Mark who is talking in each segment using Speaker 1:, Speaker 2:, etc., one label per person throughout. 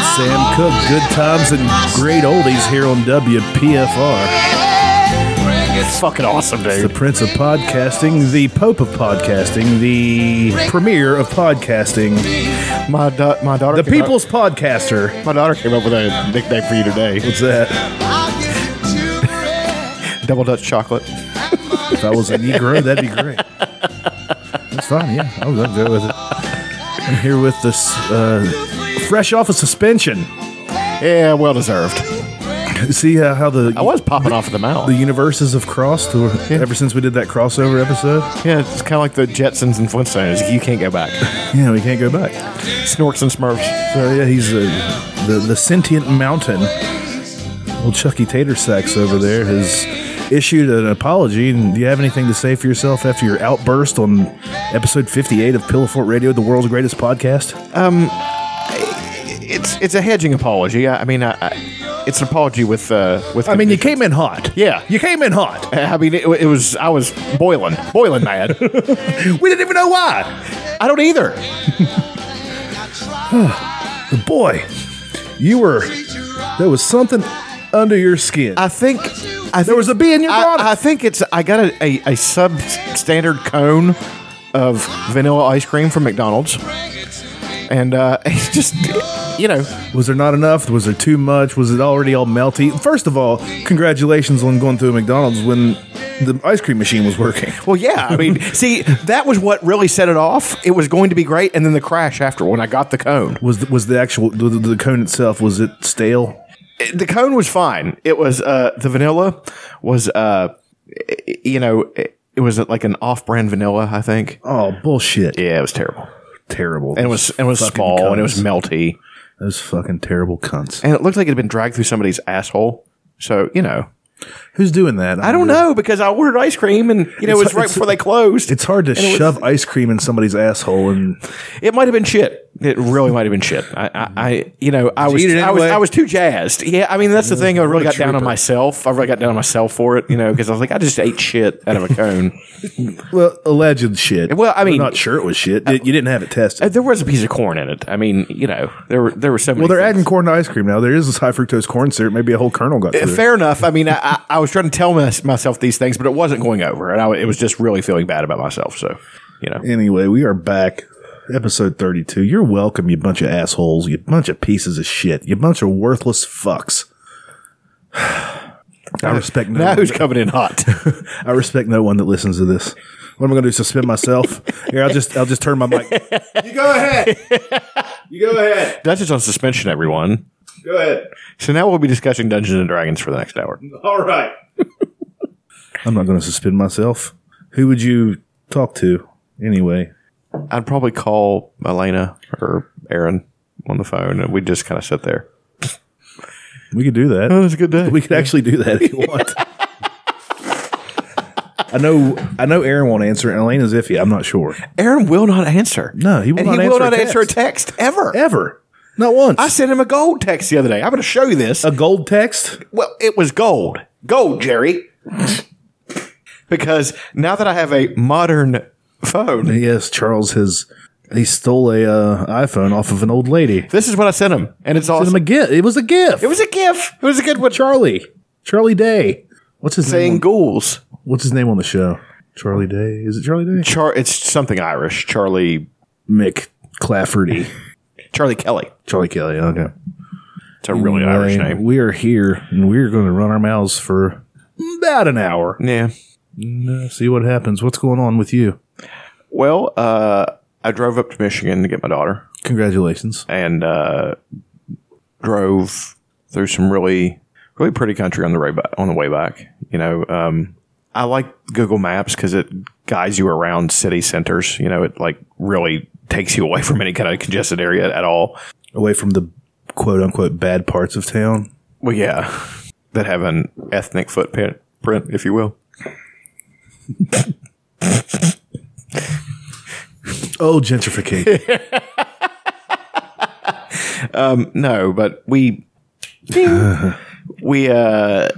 Speaker 1: Cook, good times and great oldies here on WPFR.
Speaker 2: It's fucking awesome,
Speaker 1: The
Speaker 2: dude.
Speaker 1: Prince of Podcasting, the Pope of Podcasting, the Premier of Podcasting,
Speaker 2: My da- my daughter.
Speaker 1: the
Speaker 2: came up-
Speaker 1: People's Podcaster.
Speaker 2: my daughter came up with a nickname for you today:
Speaker 1: What's that?
Speaker 2: Double Dutch Chocolate.
Speaker 1: If I was a Negro, that'd be great. That's fine, yeah. I was good with it. I'm here with this uh, fresh off of suspension.
Speaker 2: Yeah, well deserved.
Speaker 1: See how, how the
Speaker 2: I was popping off of the
Speaker 1: the
Speaker 2: mouth.
Speaker 1: universes have crossed or, ever since we did that crossover episode?
Speaker 2: Yeah, it's kind of like the Jetsons and Flintstones. You can't go back.
Speaker 1: Yeah, we can't go back.
Speaker 2: Snorks and Smurfs.
Speaker 1: So yeah, he's uh, the the sentient mountain. Well, Chucky Tater Sacks over there has issued an apology. And do you have anything to say for yourself after your outburst on episode fifty-eight of Pillowfort Radio, the world's greatest podcast?
Speaker 2: It's it's a hedging apology. I, I mean, I, I, it's an apology with uh, with.
Speaker 1: I mean, you came in hot.
Speaker 2: Yeah.
Speaker 1: you came in hot.
Speaker 2: I mean, it, it was I was boiling, boiling mad.
Speaker 1: We didn't even know why.
Speaker 2: I don't either.
Speaker 1: Boy, you were there was something under your skin.
Speaker 2: I think I
Speaker 1: there
Speaker 2: think,
Speaker 1: was a bee in your bonnet.
Speaker 2: I, I think it's I got a, a, a substandard cone of vanilla ice cream from McDonald's, and uh, it's just you know
Speaker 1: Was there not enough? Was there too much? Was it already all melty? First of all, congratulations on going through a McDonald's when the ice cream machine was working.
Speaker 2: well yeah I mean see that was what really set it off. It was going to be great, and then the crash after when I got the cone.
Speaker 1: Was the, was the actual the, the cone itself was it stale?
Speaker 2: It- the cone was fine. It was uh, the vanilla was uh, i- i- you know it, it was like an off-brand vanilla I think.
Speaker 1: Oh bullshit!
Speaker 2: Yeah, it was terrible.
Speaker 1: Terrible.
Speaker 2: And it was and it was
Speaker 1: Fucking
Speaker 2: small and it was
Speaker 1: cunts.
Speaker 2: melty.
Speaker 1: Those fucking terrible cunts.
Speaker 2: and it looked like it had been dragged through somebody's asshole. So you know,
Speaker 1: Who's doing that?
Speaker 2: I don't know because I ordered ice cream, and you know,
Speaker 1: It's-
Speaker 2: it was right
Speaker 1: it's-
Speaker 2: before they closed.
Speaker 1: It's hard to
Speaker 2: it was-
Speaker 1: shove ice cream in somebody's asshole and
Speaker 2: it might have been shit. It really might have been shit. I, I, I you know, I was,
Speaker 1: eat it
Speaker 2: I was,
Speaker 1: anyway?
Speaker 2: I was too jazzed. Yeah, I mean, that's the thing. I really
Speaker 1: What
Speaker 2: got
Speaker 1: a
Speaker 2: down on
Speaker 1: trooper.
Speaker 2: myself. I really got down on myself for it, you know, because I was like, I just ate shit out of a cone.
Speaker 1: well, alleged shit.
Speaker 2: Well, I
Speaker 1: We're
Speaker 2: mean-
Speaker 1: not sure it was shit. You- you didn't have it
Speaker 2: Uh,
Speaker 1: tested.
Speaker 2: there was a piece of corn in it. I mean, you know, there were there were so many.
Speaker 1: Well, they're
Speaker 2: things.
Speaker 1: adding corn to ice cream now. There is this high fructose corn syrup. Maybe a whole kernel got through.
Speaker 2: Fair enough. I mean, I, I, I was trying to tell my, myself these things, but it wasn't going over, and I, it was just really feeling bad about myself. So, you know,
Speaker 1: Anyway, we are back. Episode 32. You're welcome, you bunch of assholes, you bunch of pieces of shit, you bunch of worthless fucks. I respect no
Speaker 2: now
Speaker 1: one.
Speaker 2: who's coming in hot?
Speaker 1: I respect no one that listens to this. What am I going to do? Suspend myself? Here, I'll just I'll just turn my mic. You go ahead. You go ahead.
Speaker 2: That's just on suspension, everyone.
Speaker 1: Go ahead.
Speaker 2: So now we'll be discussing Dungeons and Dragons for the next hour.
Speaker 1: All right. I'm not going to suspend myself. Who would you talk to anyway?
Speaker 2: I'd probably call Elena or Aaron on the phone, and we'd just kind of sit there.
Speaker 1: We could do that.
Speaker 2: That was a good day.
Speaker 1: We could actually do that if you want. I know. I know. Aaron won't answer, and Elena's iffy. I'm not sure.
Speaker 2: Aaron will not answer.
Speaker 1: No, he will
Speaker 2: and
Speaker 1: not
Speaker 2: he
Speaker 1: answer
Speaker 2: will
Speaker 1: a
Speaker 2: not
Speaker 1: text.
Speaker 2: answer a text ever.
Speaker 1: Ever. Not once.
Speaker 2: I sent him a gold text the other day. I'm going to show you this.
Speaker 1: A gold text.
Speaker 2: well, it was gold, gold, Jerry, because now that I have a modern phone,
Speaker 1: Yes, Charles has. He stole a uh, iPhone off of an old lady.
Speaker 2: this is what I sent him, and it's
Speaker 1: It was
Speaker 2: awesome.
Speaker 1: a gift. It was a gift.
Speaker 2: It was a gift. It was a good one.
Speaker 1: Charlie. Charlie Day. What's his
Speaker 2: Saying
Speaker 1: name?
Speaker 2: ghouls.
Speaker 1: on- What's his name on the show? Charlie Day. Is it Charlie Day?
Speaker 2: Char. It's something Irish. Charlie.
Speaker 1: Mick Clafferty.
Speaker 2: Charlie Kelly.
Speaker 1: Charlie Kelly. Okay.
Speaker 2: It's a really Irish
Speaker 1: Anyway,
Speaker 2: name.
Speaker 1: We are here, and we're going to run our mouths for about an hour.
Speaker 2: Yeah.
Speaker 1: See what happens. What's going on with you?
Speaker 2: Well, uh, I drove up to Michigan to get my daughter
Speaker 1: Congratulations.
Speaker 2: and uh, drove through some really, really pretty country on the way back. On the way back, you know, um, I like Google Maps because it guides you around city centers. You know, it like really takes you away from any kind of congested area at all.
Speaker 1: Away from the quote unquote bad parts of town.
Speaker 2: Well, yeah, that have an ethnic footprint, print, if you will.
Speaker 1: Oh, gentrification.
Speaker 2: No, but we we uh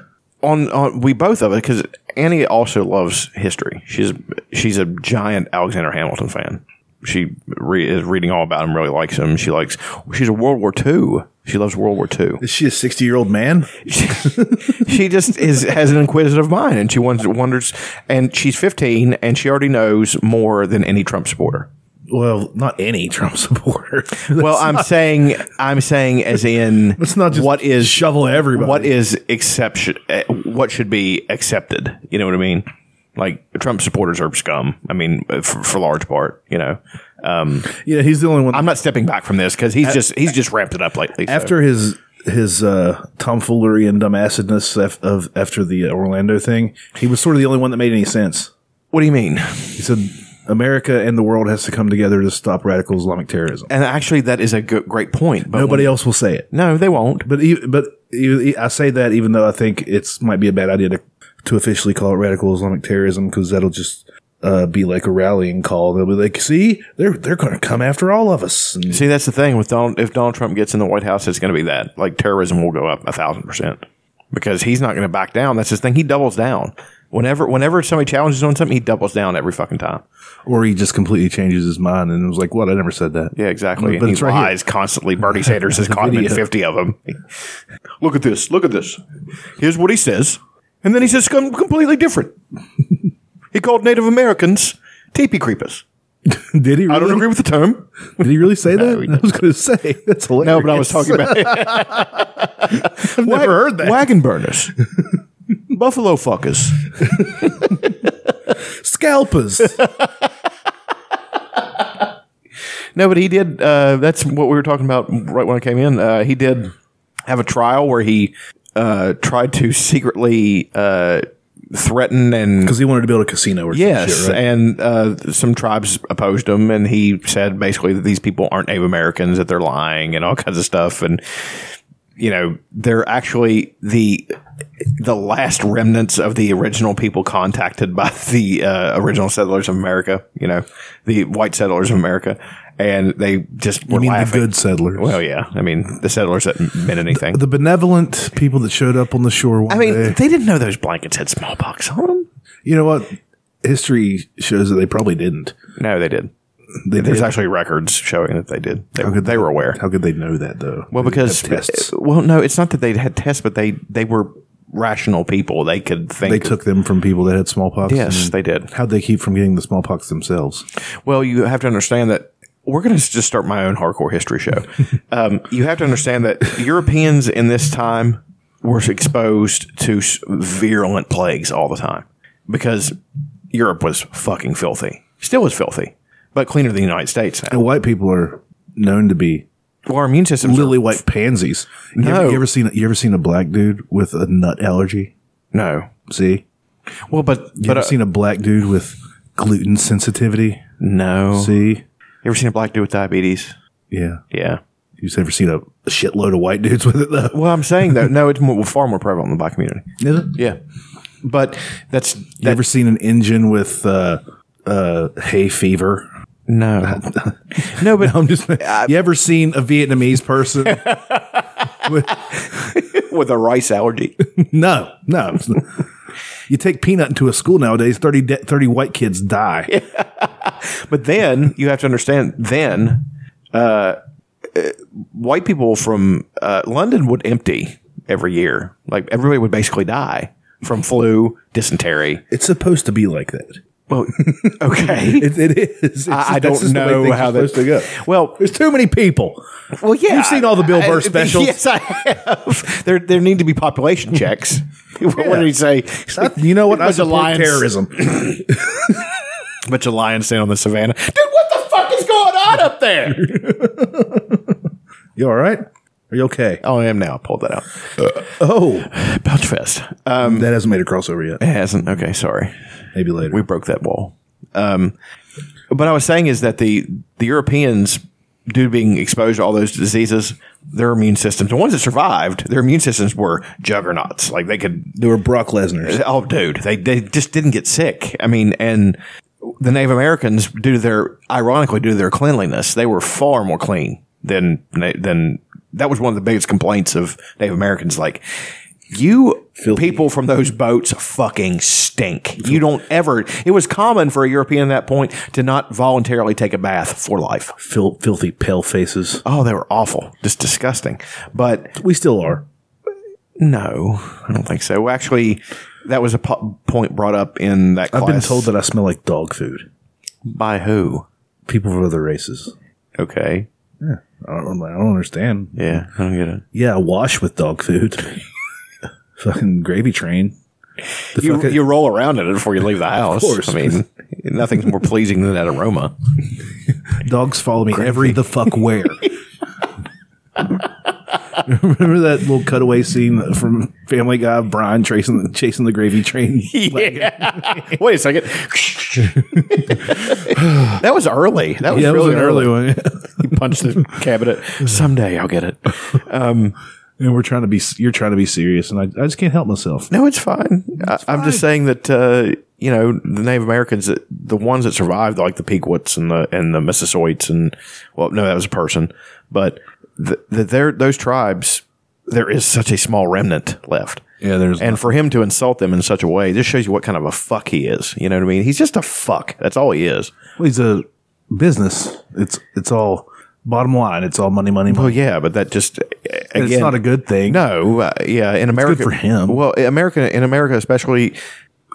Speaker 2: on on we both of it because Annie also loves history. She's she's a giant Alexander Hamilton fan. She re- is reading all about him. Really likes him. She likes. She's a World War II. She loves World War II.
Speaker 1: Is she a 60 year old man?
Speaker 2: she just is has an inquisitive mind, and she wonders, wonders. And she's 15, and she already knows more than any Trump supporter.
Speaker 1: Well, not any Trump supporter.
Speaker 2: well, I'm saying I'm saying as in
Speaker 1: Let's not just
Speaker 2: what is
Speaker 1: shovel everybody.
Speaker 2: what is exception eh, what should be accepted. You know what I mean? Like Trump supporters are scum. I mean, eh, for, for large part, you know. Um, Eh,
Speaker 1: yeah, he's the only one.
Speaker 2: I'm not stepping back from this because he's just he's just ramped it up lately. so.
Speaker 1: after his his uh, tomfoolery and dumbassedness af- of after the Orlando thing, he was sort of the only one that made any sense.
Speaker 2: what do you mean?
Speaker 1: He said America and the world has to come together to stop radical Islamic terrorism.
Speaker 2: And actually, that is a go- great point. But
Speaker 1: Nobody
Speaker 2: when-
Speaker 1: else will say it,
Speaker 2: no, they won't.
Speaker 1: but e- but e- I say that even though I think it's might be a bad idea to to officially call it radical Islamic terrorism because that'll just uh, be like a rallying call. They'll be like, "See, they're they're going to come after all of us." And
Speaker 2: See, that's the thing with Donald. If Donald Trump gets in the White House, it's going to be that. Like terrorism will go up a thousand percent because he's not going to back down. That's his thing. He doubles down whenever whenever somebody challenges on something. He doubles down every fucking time.
Speaker 1: or he just completely changes his mind and was like, "What? I never said that."
Speaker 2: Yeah, exactly.
Speaker 1: But
Speaker 2: And
Speaker 1: it's
Speaker 2: he
Speaker 1: right here.
Speaker 2: lies constantly. Bernie Sanders has caught him in
Speaker 1: Video.
Speaker 2: fifty of them. look at this. Look at this. Here's what he says, and then he says something completely different. he called Native Americans teepee creepers.
Speaker 1: Did he? Really?
Speaker 2: I don't agree with the term.
Speaker 1: Did he really say that?
Speaker 2: he
Speaker 1: I was going to say that's hilarious.
Speaker 2: No, but I was talking about.
Speaker 1: I've never heard that.
Speaker 2: Wagon burners. Buffalo fuckers.
Speaker 1: Scalpers.
Speaker 2: No, but he did. Uh, that's what we were talking about right when I came in. Uh, he did have a trial where he uh, tried to secretly uh, threaten and
Speaker 1: Because he wanted to build a casino or some
Speaker 2: yes,
Speaker 1: shit, right?
Speaker 2: and uh, some tribes opposed him, and he said basically that these people aren't Native Americans, that they're lying, and all kinds of stuff, and you know they're actually the the last remnants of the original people contacted by the uh, original settlers of America. You know, the white settlers of America, and they just were
Speaker 1: I mean,
Speaker 2: laughing.
Speaker 1: the good settlers.
Speaker 2: well, yeah, I mean the settlers that meant anything.
Speaker 1: the benevolent people that showed up on the shore one
Speaker 2: I mean,
Speaker 1: day.
Speaker 2: they didn't know those blankets had smallpox on them.
Speaker 1: You know what? History shows that they probably didn't.
Speaker 2: No, they did.
Speaker 1: They
Speaker 2: There's
Speaker 1: did.
Speaker 2: actually records showing that they did. They, they were aware.
Speaker 1: How could they know that, though?
Speaker 2: Well, because uh,
Speaker 1: tests.
Speaker 2: well, no, it's not that they had tests, but they they were rational people. They could think.
Speaker 1: They took them from people that had smallpox.
Speaker 2: yes,
Speaker 1: and
Speaker 2: they did.
Speaker 1: How'd they keep from getting the smallpox themselves?
Speaker 2: Well, you have to understand that we're going to just start my own hardcore history show. um, you have to understand that Europeans in this time were exposed to s- virulent plagues all the time because Europe was fucking filthy, still is filthy, but cleaner than the United States now.
Speaker 1: And white people are known to be
Speaker 2: Well, our immune systems are-
Speaker 1: lily white pansies. You, ever,
Speaker 2: No.
Speaker 1: you ever seen? You ever seen a black dude with a nut allergy?
Speaker 2: no.
Speaker 1: See,
Speaker 2: Well, but
Speaker 1: you
Speaker 2: but
Speaker 1: ever
Speaker 2: uh,
Speaker 1: seen a black dude with gluten sensitivity?
Speaker 2: no.
Speaker 1: See,
Speaker 2: You ever seen a black dude with diabetes?
Speaker 1: yeah,
Speaker 2: Yeah.
Speaker 1: you've never seen a shitload of white dudes with it though.
Speaker 2: Well, I'm saying though, no, it's more, far more prevalent in the black community.
Speaker 1: Is it?
Speaker 2: Yeah, but that's
Speaker 1: You
Speaker 2: that,
Speaker 1: ever seen an engine with uh, uh, hay fever?
Speaker 2: no, no, but
Speaker 1: I'm just. you ever seen a Vietnamese person? with,
Speaker 2: with a rice allergy.
Speaker 1: no, no. You take peanut into a school nowadays. 30, de- 30 white kids die.
Speaker 2: But then you have to understand. Then uh, uh, white people from uh, London would empty every year. Like everybody would basically die from flu, dysentery.
Speaker 1: It's supposed to be like that.
Speaker 2: Well, okay.
Speaker 1: It, it is. It's-
Speaker 2: I, I
Speaker 1: that's
Speaker 2: don't
Speaker 1: just the way
Speaker 2: know
Speaker 1: things
Speaker 2: how
Speaker 1: are
Speaker 2: that's
Speaker 1: supposed to go.
Speaker 2: Well,
Speaker 1: There's too many people.
Speaker 2: Well, yeah,
Speaker 1: You've seen all the Bill
Speaker 2: I-
Speaker 1: Burr
Speaker 2: I-
Speaker 1: specials.
Speaker 2: Yes, I have. There, there need to be population checks. What did he say?
Speaker 1: You know what? I
Speaker 2: Bunch of
Speaker 1: support
Speaker 2: lions.
Speaker 1: terrorism.
Speaker 2: Bunch of lions stand on the savannah. Dude, what the fuck is going on up there?
Speaker 1: You all right? Are you okay?
Speaker 2: oh, I am now. I pulled that out.
Speaker 1: Oh,
Speaker 2: Belch fest. Uh,
Speaker 1: that hasn't made a crossover
Speaker 2: it
Speaker 1: yet.
Speaker 2: hasn't. Okay, sorry.
Speaker 1: Maybe later.
Speaker 2: eh, We broke that wall. Um, but I was saying is that the the Europeans, due to being exposed to all those diseases, their immune systems, the ones that survived, their immune systems were juggernauts. Like they could
Speaker 1: they were Brock Lesnar's.
Speaker 2: Oh, dude, they they just didn't get sick. I mean, and the Native Americans, due to their ironically due to their cleanliness, they were far more clean than than that was one of the biggest complaints of Native Americans. Like You
Speaker 1: Filthy.
Speaker 2: people from those boats fucking stink. You don't ever. It was common for a European at that point to not voluntarily take a bath for life.
Speaker 1: Fil- filthy pale faces.
Speaker 2: Oh, they were awful, just disgusting. But
Speaker 1: We still are.
Speaker 2: no, I don't think so. Actually, that was a po- point brought up in that class.
Speaker 1: I've been told that I smell like dog food.
Speaker 2: by who?
Speaker 1: People from other races.
Speaker 2: Okay,
Speaker 1: I don't, I'm like, I don't understand.
Speaker 2: yeah, I don't get it.
Speaker 1: Yeah, I wash with dog food. fucking gravy train. The
Speaker 2: You,
Speaker 1: fucking-
Speaker 2: you roll around in it before you leave the house.
Speaker 1: course.
Speaker 2: I mean, nothing's more pleasing than that aroma.
Speaker 1: dogs follow me every the fuck where. Remember that little cutaway scene from Family Guy, Brian chasing the, chasing the gravy train?
Speaker 2: Yeah. Wait a second. that was early. That was
Speaker 1: Yeah, it was
Speaker 2: really
Speaker 1: an early
Speaker 2: early.
Speaker 1: one.
Speaker 2: He punched the cabinet. Someday I'll get it.
Speaker 1: and we're trying to be, you're trying to be serious, and I, I just can't help myself.
Speaker 2: No, it's fine. I, I'm just saying that uh, you know the Native Americans, that the ones that survived, like the Pequots and the and the Massasoits, and well, no, that was a person, but the, the, there those tribes, there is such a small remnant left.
Speaker 1: Yeah, there's
Speaker 2: And for him to insult them in such a way just shows you what kind of a fuck he is. You know what I mean? He's just a fuck. That's all he is.
Speaker 1: Well, he's a business. It's it's all bottom line. It's all money, money,
Speaker 2: Well,
Speaker 1: money.
Speaker 2: yeah, but that just uh, again,
Speaker 1: it's not a good thing.
Speaker 2: no, uh, yeah, in America
Speaker 1: for him.
Speaker 2: Well, in America, in America especially,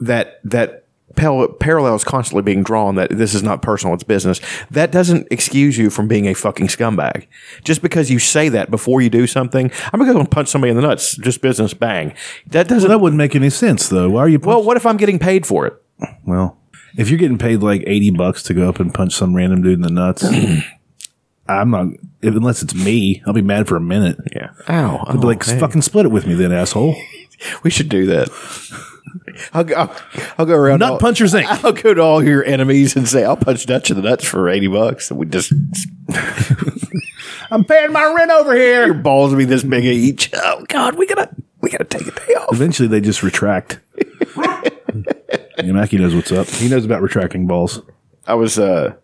Speaker 2: that that pal- parallel is constantly being drawn that this is not personal, it's business. That doesn't excuse you from being a fucking scumbag. Just because you say that before you do something, I'm gonna go and punch somebody in the nuts. Just business, bang. That doesn't.
Speaker 1: that wouldn't make any sense though. Why are you?
Speaker 2: well, what if I'm getting paid for it?
Speaker 1: well, if you're getting paid like eighty bucks to go up and punch some random dude in the nuts, I'm not. If, unless it's me, I'll be mad for a minute.
Speaker 2: Yeah. Ow. Oh,
Speaker 1: I'll be like, fucking split it with me, then asshole.
Speaker 2: we should do that. I'll go. I'll, I'll go around.
Speaker 1: Nut
Speaker 2: all-
Speaker 1: punchers Inc.
Speaker 2: I'll go to all your enemies and say, I'll punch Dutch in the nuts for 80 bucks. And we just,
Speaker 1: I'm paying my rent over
Speaker 2: your
Speaker 1: here.
Speaker 2: balls will be this big each. Oh, God, we gotta, we gotta take a day off.
Speaker 1: Eventually, they just retract. yeah, Mackie knows what's up. He knows about retracting balls.
Speaker 2: I was, uh,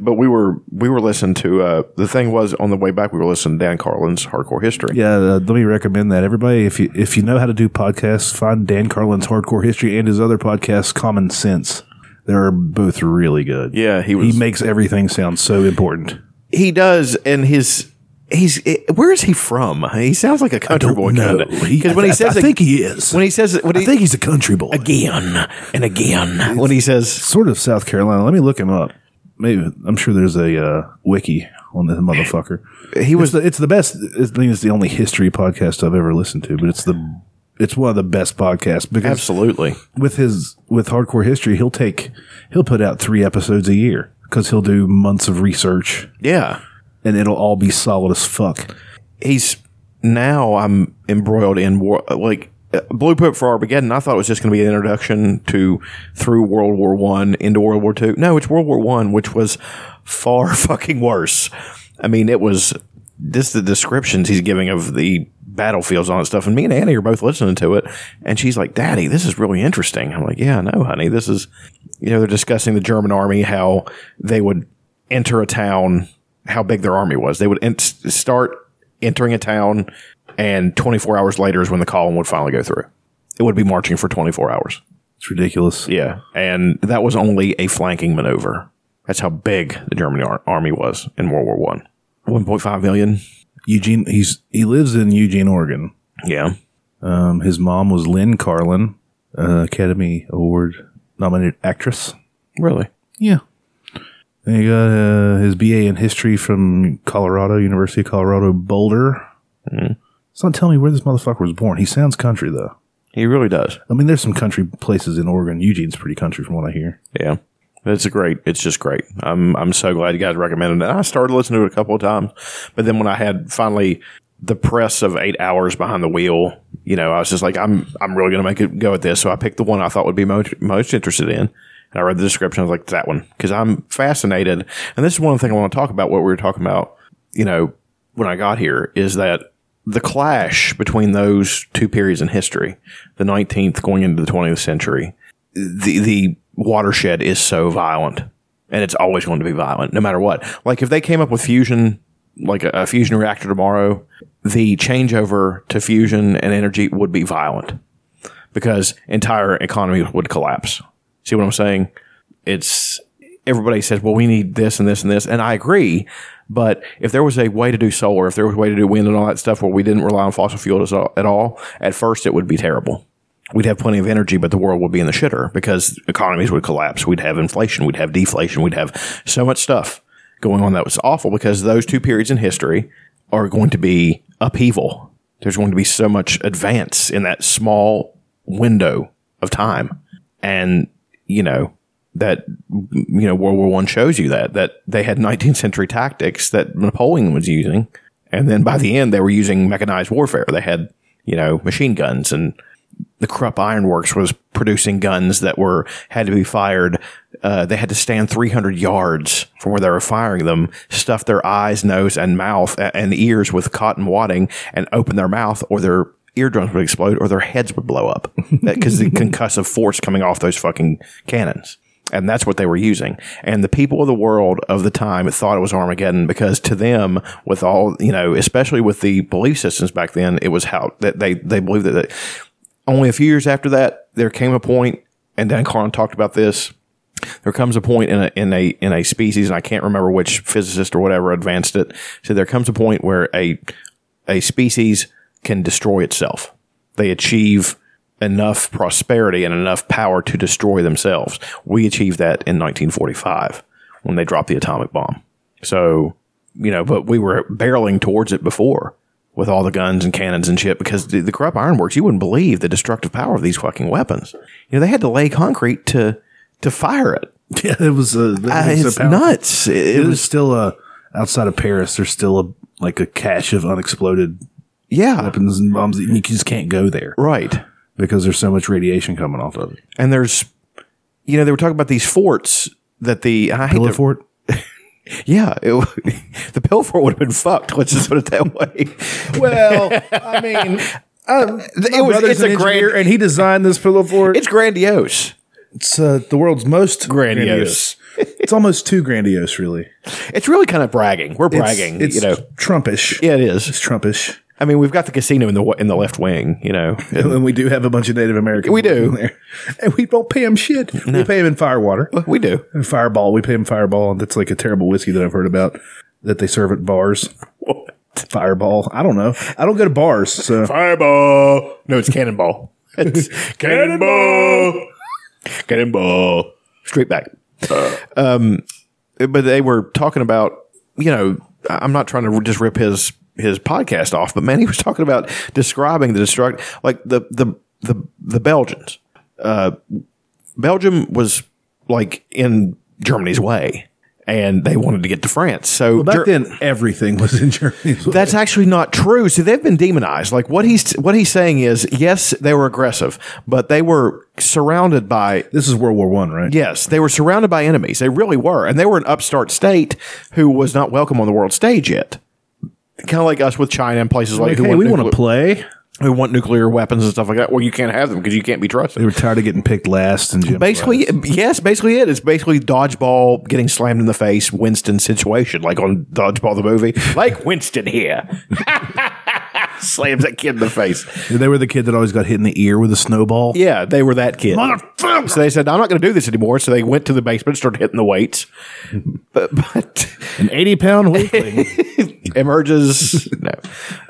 Speaker 2: but we were, we were listening to, uh, the thing was on the way back, we were listening to Dan Carlin's Hardcore History.
Speaker 1: Yeah, uh, let me recommend that everybody. If you if you know how to do podcasts, find Dan Carlin's Hardcore History and his other podcast, Common Sense. They're both really good.
Speaker 2: Yeah, he
Speaker 1: he
Speaker 2: was,
Speaker 1: makes everything sound so important.
Speaker 2: he does, and his, he's, eh, where is he from? He sounds like a country boy kind of. Because when he says,
Speaker 1: I,
Speaker 2: it-
Speaker 1: think he is.
Speaker 2: when he says, it- when
Speaker 1: I
Speaker 2: he,
Speaker 1: think he's a country boy.
Speaker 2: again and again, when he says,
Speaker 1: sort of South Carolina. Let me look him up. Maybe I'm sure there's a uh, wiki on this motherfucker.
Speaker 2: he was
Speaker 1: It's the, it's the best. It's, I mean, it's the only history podcast I've ever listened to, but it's the it's one of the best podcasts because
Speaker 2: absolutely.
Speaker 1: with his with hardcore history, he'll take he'll put out three episodes a year because he'll do months of research
Speaker 2: Yeah.
Speaker 1: and it'll all be solid as fuck.
Speaker 2: he's now I'm embroiled in war like uh, Blueprint for Armageddon. I thought it was just going to be an introduction to through World War One into World War Two. No, it's World War One, which was far fucking worse. I mean, it was just the descriptions he's giving of the battlefields and all that stuff. And me and Annie are both listening to it, and she's like, "Daddy, this is really interesting." I'm like, "Yeah, I know, honey. This is you know they're discussing the German army, how they would enter a town, how big their army was. They would en- s- start entering a town, and 24 hours later is when the column would finally go through. It would be marching for 24 hours.
Speaker 1: It's ridiculous.
Speaker 2: Yeah. And that was only a flanking maneuver. That's how big the German ar- army was in World War One. 1.5 million.
Speaker 1: Eugene, he's he lives in Eugene, Oregon.
Speaker 2: Yeah.
Speaker 1: Um, his mom was Lynn Carlin, uh, Academy Award nominated actress.
Speaker 2: Really?
Speaker 1: Yeah. And he got uh, his BA in history from Colorado, University of Colorado Boulder. It's not telling me where this motherfucker was born. He sounds country though.
Speaker 2: He really does.
Speaker 1: I mean, there's some country places in Oregon. Eugene's pretty country from what I hear.
Speaker 2: Yeah. It's a great. It's just great. I'm I'm so glad you guys recommended it. I started listening to it a couple of times, but then when I had finally the press of eight hours behind the wheel, you know, I was just like, I'm I'm really going to make a go at this. So I picked the one I thought would be most, most interested in, and I read the description. I was like, that one because I'm fascinated. And this is one thing I want to talk about. What we were talking about, you know, when I got here is that the clash between those two periods in history, the 19th going into the 20th century, the the watershed is so violent and it's always going to be violent no matter what like if they came up with fusion like a, a fusion reactor tomorrow, the changeover to fusion and energy would be violent because entire economy would collapse. See what I'm saying? It's everybody says, well, we need this and this and this, and I agree. But if there was a way to do solar, if there was a way to do wind and all that stuff where we didn't rely on fossil fuels at all- at all, at first it would be terrible. We'd have plenty of energy, but the world would be in the shitter because economies would collapse. We'd have inflation, we'd have deflation, we'd have so much stuff going on that was awful because those two periods in history are going to be upheaval. There's going to be so much advance in that small window of time. And, you know, that you know World War One shows you that that they had 19th century tactics that Napoleon was using, and then by the end they were using mechanized warfare. They had you know machine guns, and the Krupp Iron Works was producing guns that were had to be fired. Uh, they had to stand 300 yards from where they were firing them, stuff their eyes, nose, and mouth a- and ears with cotton wadding, and open their mouth or their eardrums would explode or their heads would blow up because the concussive force coming off those fucking cannons. And that's what they were using. And the people of the world of the time thought it was Armageddon because to them, with all, you know, especially with the belief systems back then, it was how that they, they believed that, that only a few years after that, there came a point, and Dan Carlin talked about this. There comes a point in a in a in a species, and I can't remember which physicist or whatever advanced it. So there comes a point where a a species can destroy itself. They achieve enough prosperity and enough power to destroy themselves. We achieved that in 1945 when they dropped the atomic bomb. So, you know, but we were barreling towards it before with all the guns and cannons and shit because the, the Krupp Ironworks, you wouldn't believe the destructive power of these fucking weapons. You know, they had to lay concrete to to fire it.
Speaker 1: Yeah, it was a. It
Speaker 2: Uh,
Speaker 1: was a
Speaker 2: it's
Speaker 1: power-
Speaker 2: nuts. It, it
Speaker 1: It
Speaker 2: was
Speaker 1: was still a outside of Paris. There's still a like a cache of unexploded
Speaker 2: yeah,
Speaker 1: weapons and bombs. that You just can't go there
Speaker 2: right.
Speaker 1: because there's so much radiation coming off of it.
Speaker 2: And there's, you know, they were talking about these forts that the and I hate
Speaker 1: Pillow
Speaker 2: to-
Speaker 1: fort.
Speaker 2: Yeah, it, w- the pill fort would have been fucked. Let's just put it that way. Well, I mean, it was, it's a grand,
Speaker 1: and he designed this pillow fort.
Speaker 2: it's grandiose.
Speaker 1: It's uh, the world's most
Speaker 2: Grandiose.
Speaker 1: grandiose. it's almost too grandiose, really.
Speaker 2: It's really kind of bragging. We're
Speaker 1: It's-
Speaker 2: bragging,
Speaker 1: It's,
Speaker 2: you know.
Speaker 1: Trumpish.
Speaker 2: Yeah, it is.
Speaker 1: It's Trumpish.
Speaker 2: I mean, we've got the casino in the w- in the left wing, you know.
Speaker 1: And we do have a bunch of Native Americans.
Speaker 2: We do.
Speaker 1: in there. And we don't pay them shit. We pay them in firewater.
Speaker 2: we do.
Speaker 1: And Fireball. We pay them Fireball. That's like a terrible whiskey that I've heard about that they serve at bars. Fireball. I don't know. I don't go to bars, so
Speaker 2: Fireball. No, it's cannonball. It's cannonball. cannonball. Uh. Straight back. Um, but they were talking about, you know, I- I'm not trying to just rip his his podcast off, but man, he was talking about describing the destruct, like the the the the Belgians. Uh, Belgium was like in Germany's way, and they wanted to get to France. So
Speaker 1: back
Speaker 2: Ger-
Speaker 1: then everything was in Germany.
Speaker 2: that's actually not true. See, they've been demonized. Like what he's what he's saying is, yes, they were aggressive, but they were surrounded by
Speaker 1: this is World War One, right?
Speaker 2: yes, they were surrounded by enemies. They really were, and they were an upstart state who was not welcome on the world stage yet. Kind of like us with China and places like,
Speaker 1: Like,
Speaker 2: who
Speaker 1: hey,
Speaker 2: want
Speaker 1: we want
Speaker 2: nucle-
Speaker 1: to play.
Speaker 2: who want nuclear weapons and stuff like that. Well, you can't have them because you can't be trusted.
Speaker 1: They were tired of getting picked last and
Speaker 2: Basically, yes, basically it. It's basically dodgeball getting slammed in the face, Winston situation, like on Dodgeball the movie. Like Winston here. Slams that kid in the face.
Speaker 1: they were the kid that always got hit in the ear with a snowball.
Speaker 2: Yeah, they were that kid.
Speaker 1: Motherfucker!
Speaker 2: So they said, I'm not going to do this anymore. So they went to the basement, started hitting the weights. But, but
Speaker 1: An eighty pound weakling.
Speaker 2: emerges. no.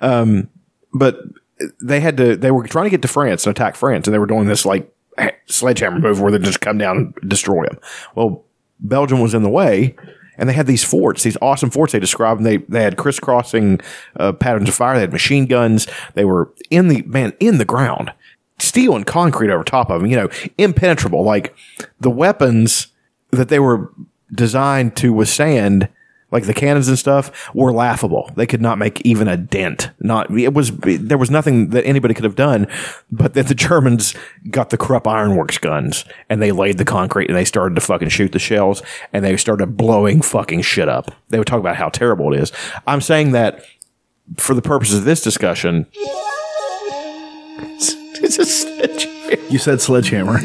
Speaker 2: Um, but they had to, they were trying to get to France and attack France, and they were doing this like sledgehammer move where they just come down and destroy them. Well, Belgium was in the way, and they had these forts, these awesome forts they described. And they, they had crisscrossing uh, patterns of fire, they had machine guns, they were in the, man, in the ground. Steel and concrete over top of them, you know, impenetrable. Like the weapons that they were designed to withstand, like the cannons and stuff, were laughable. They could not make even a dent. Not it was there was nothing that anybody could have done. But that the Germans got the Krupp Ironworks guns and they laid the concrete and they started to fucking shoot the shells and they started blowing fucking shit up. They would talk about how terrible it is. I'm saying that for the purposes of this discussion. It's, it's a sledgehammer.
Speaker 1: you said sledgehammer.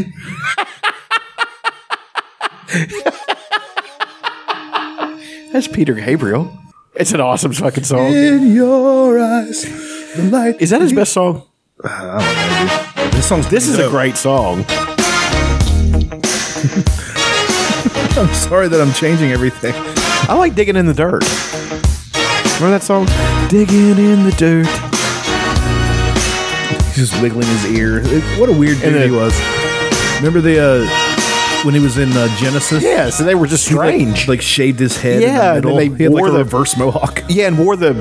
Speaker 2: That's Peter Gabriel. It's an awesome fucking song.
Speaker 1: In your eyes, the light.
Speaker 2: Is that his best song?
Speaker 1: This song's
Speaker 2: This is a
Speaker 1: great.
Speaker 2: great song.
Speaker 1: I'm sorry that I'm changing everything.
Speaker 2: I like digging in the dirt. Remember that song? Digging in the dirt.
Speaker 1: He's just wiggling his ear. It- what a weird dude
Speaker 2: And then-
Speaker 1: he was. Remember the uh, when he was in uh, Genesis?
Speaker 2: Yeah, so they were just
Speaker 1: He, like-
Speaker 2: strange.
Speaker 1: Like, shaved his head.
Speaker 2: Yeah,
Speaker 1: in
Speaker 2: and
Speaker 1: the
Speaker 2: then
Speaker 1: middle.
Speaker 2: they
Speaker 1: he had like
Speaker 2: wore
Speaker 1: a
Speaker 2: the-
Speaker 1: reverse mohawk.
Speaker 2: yeah, and wore the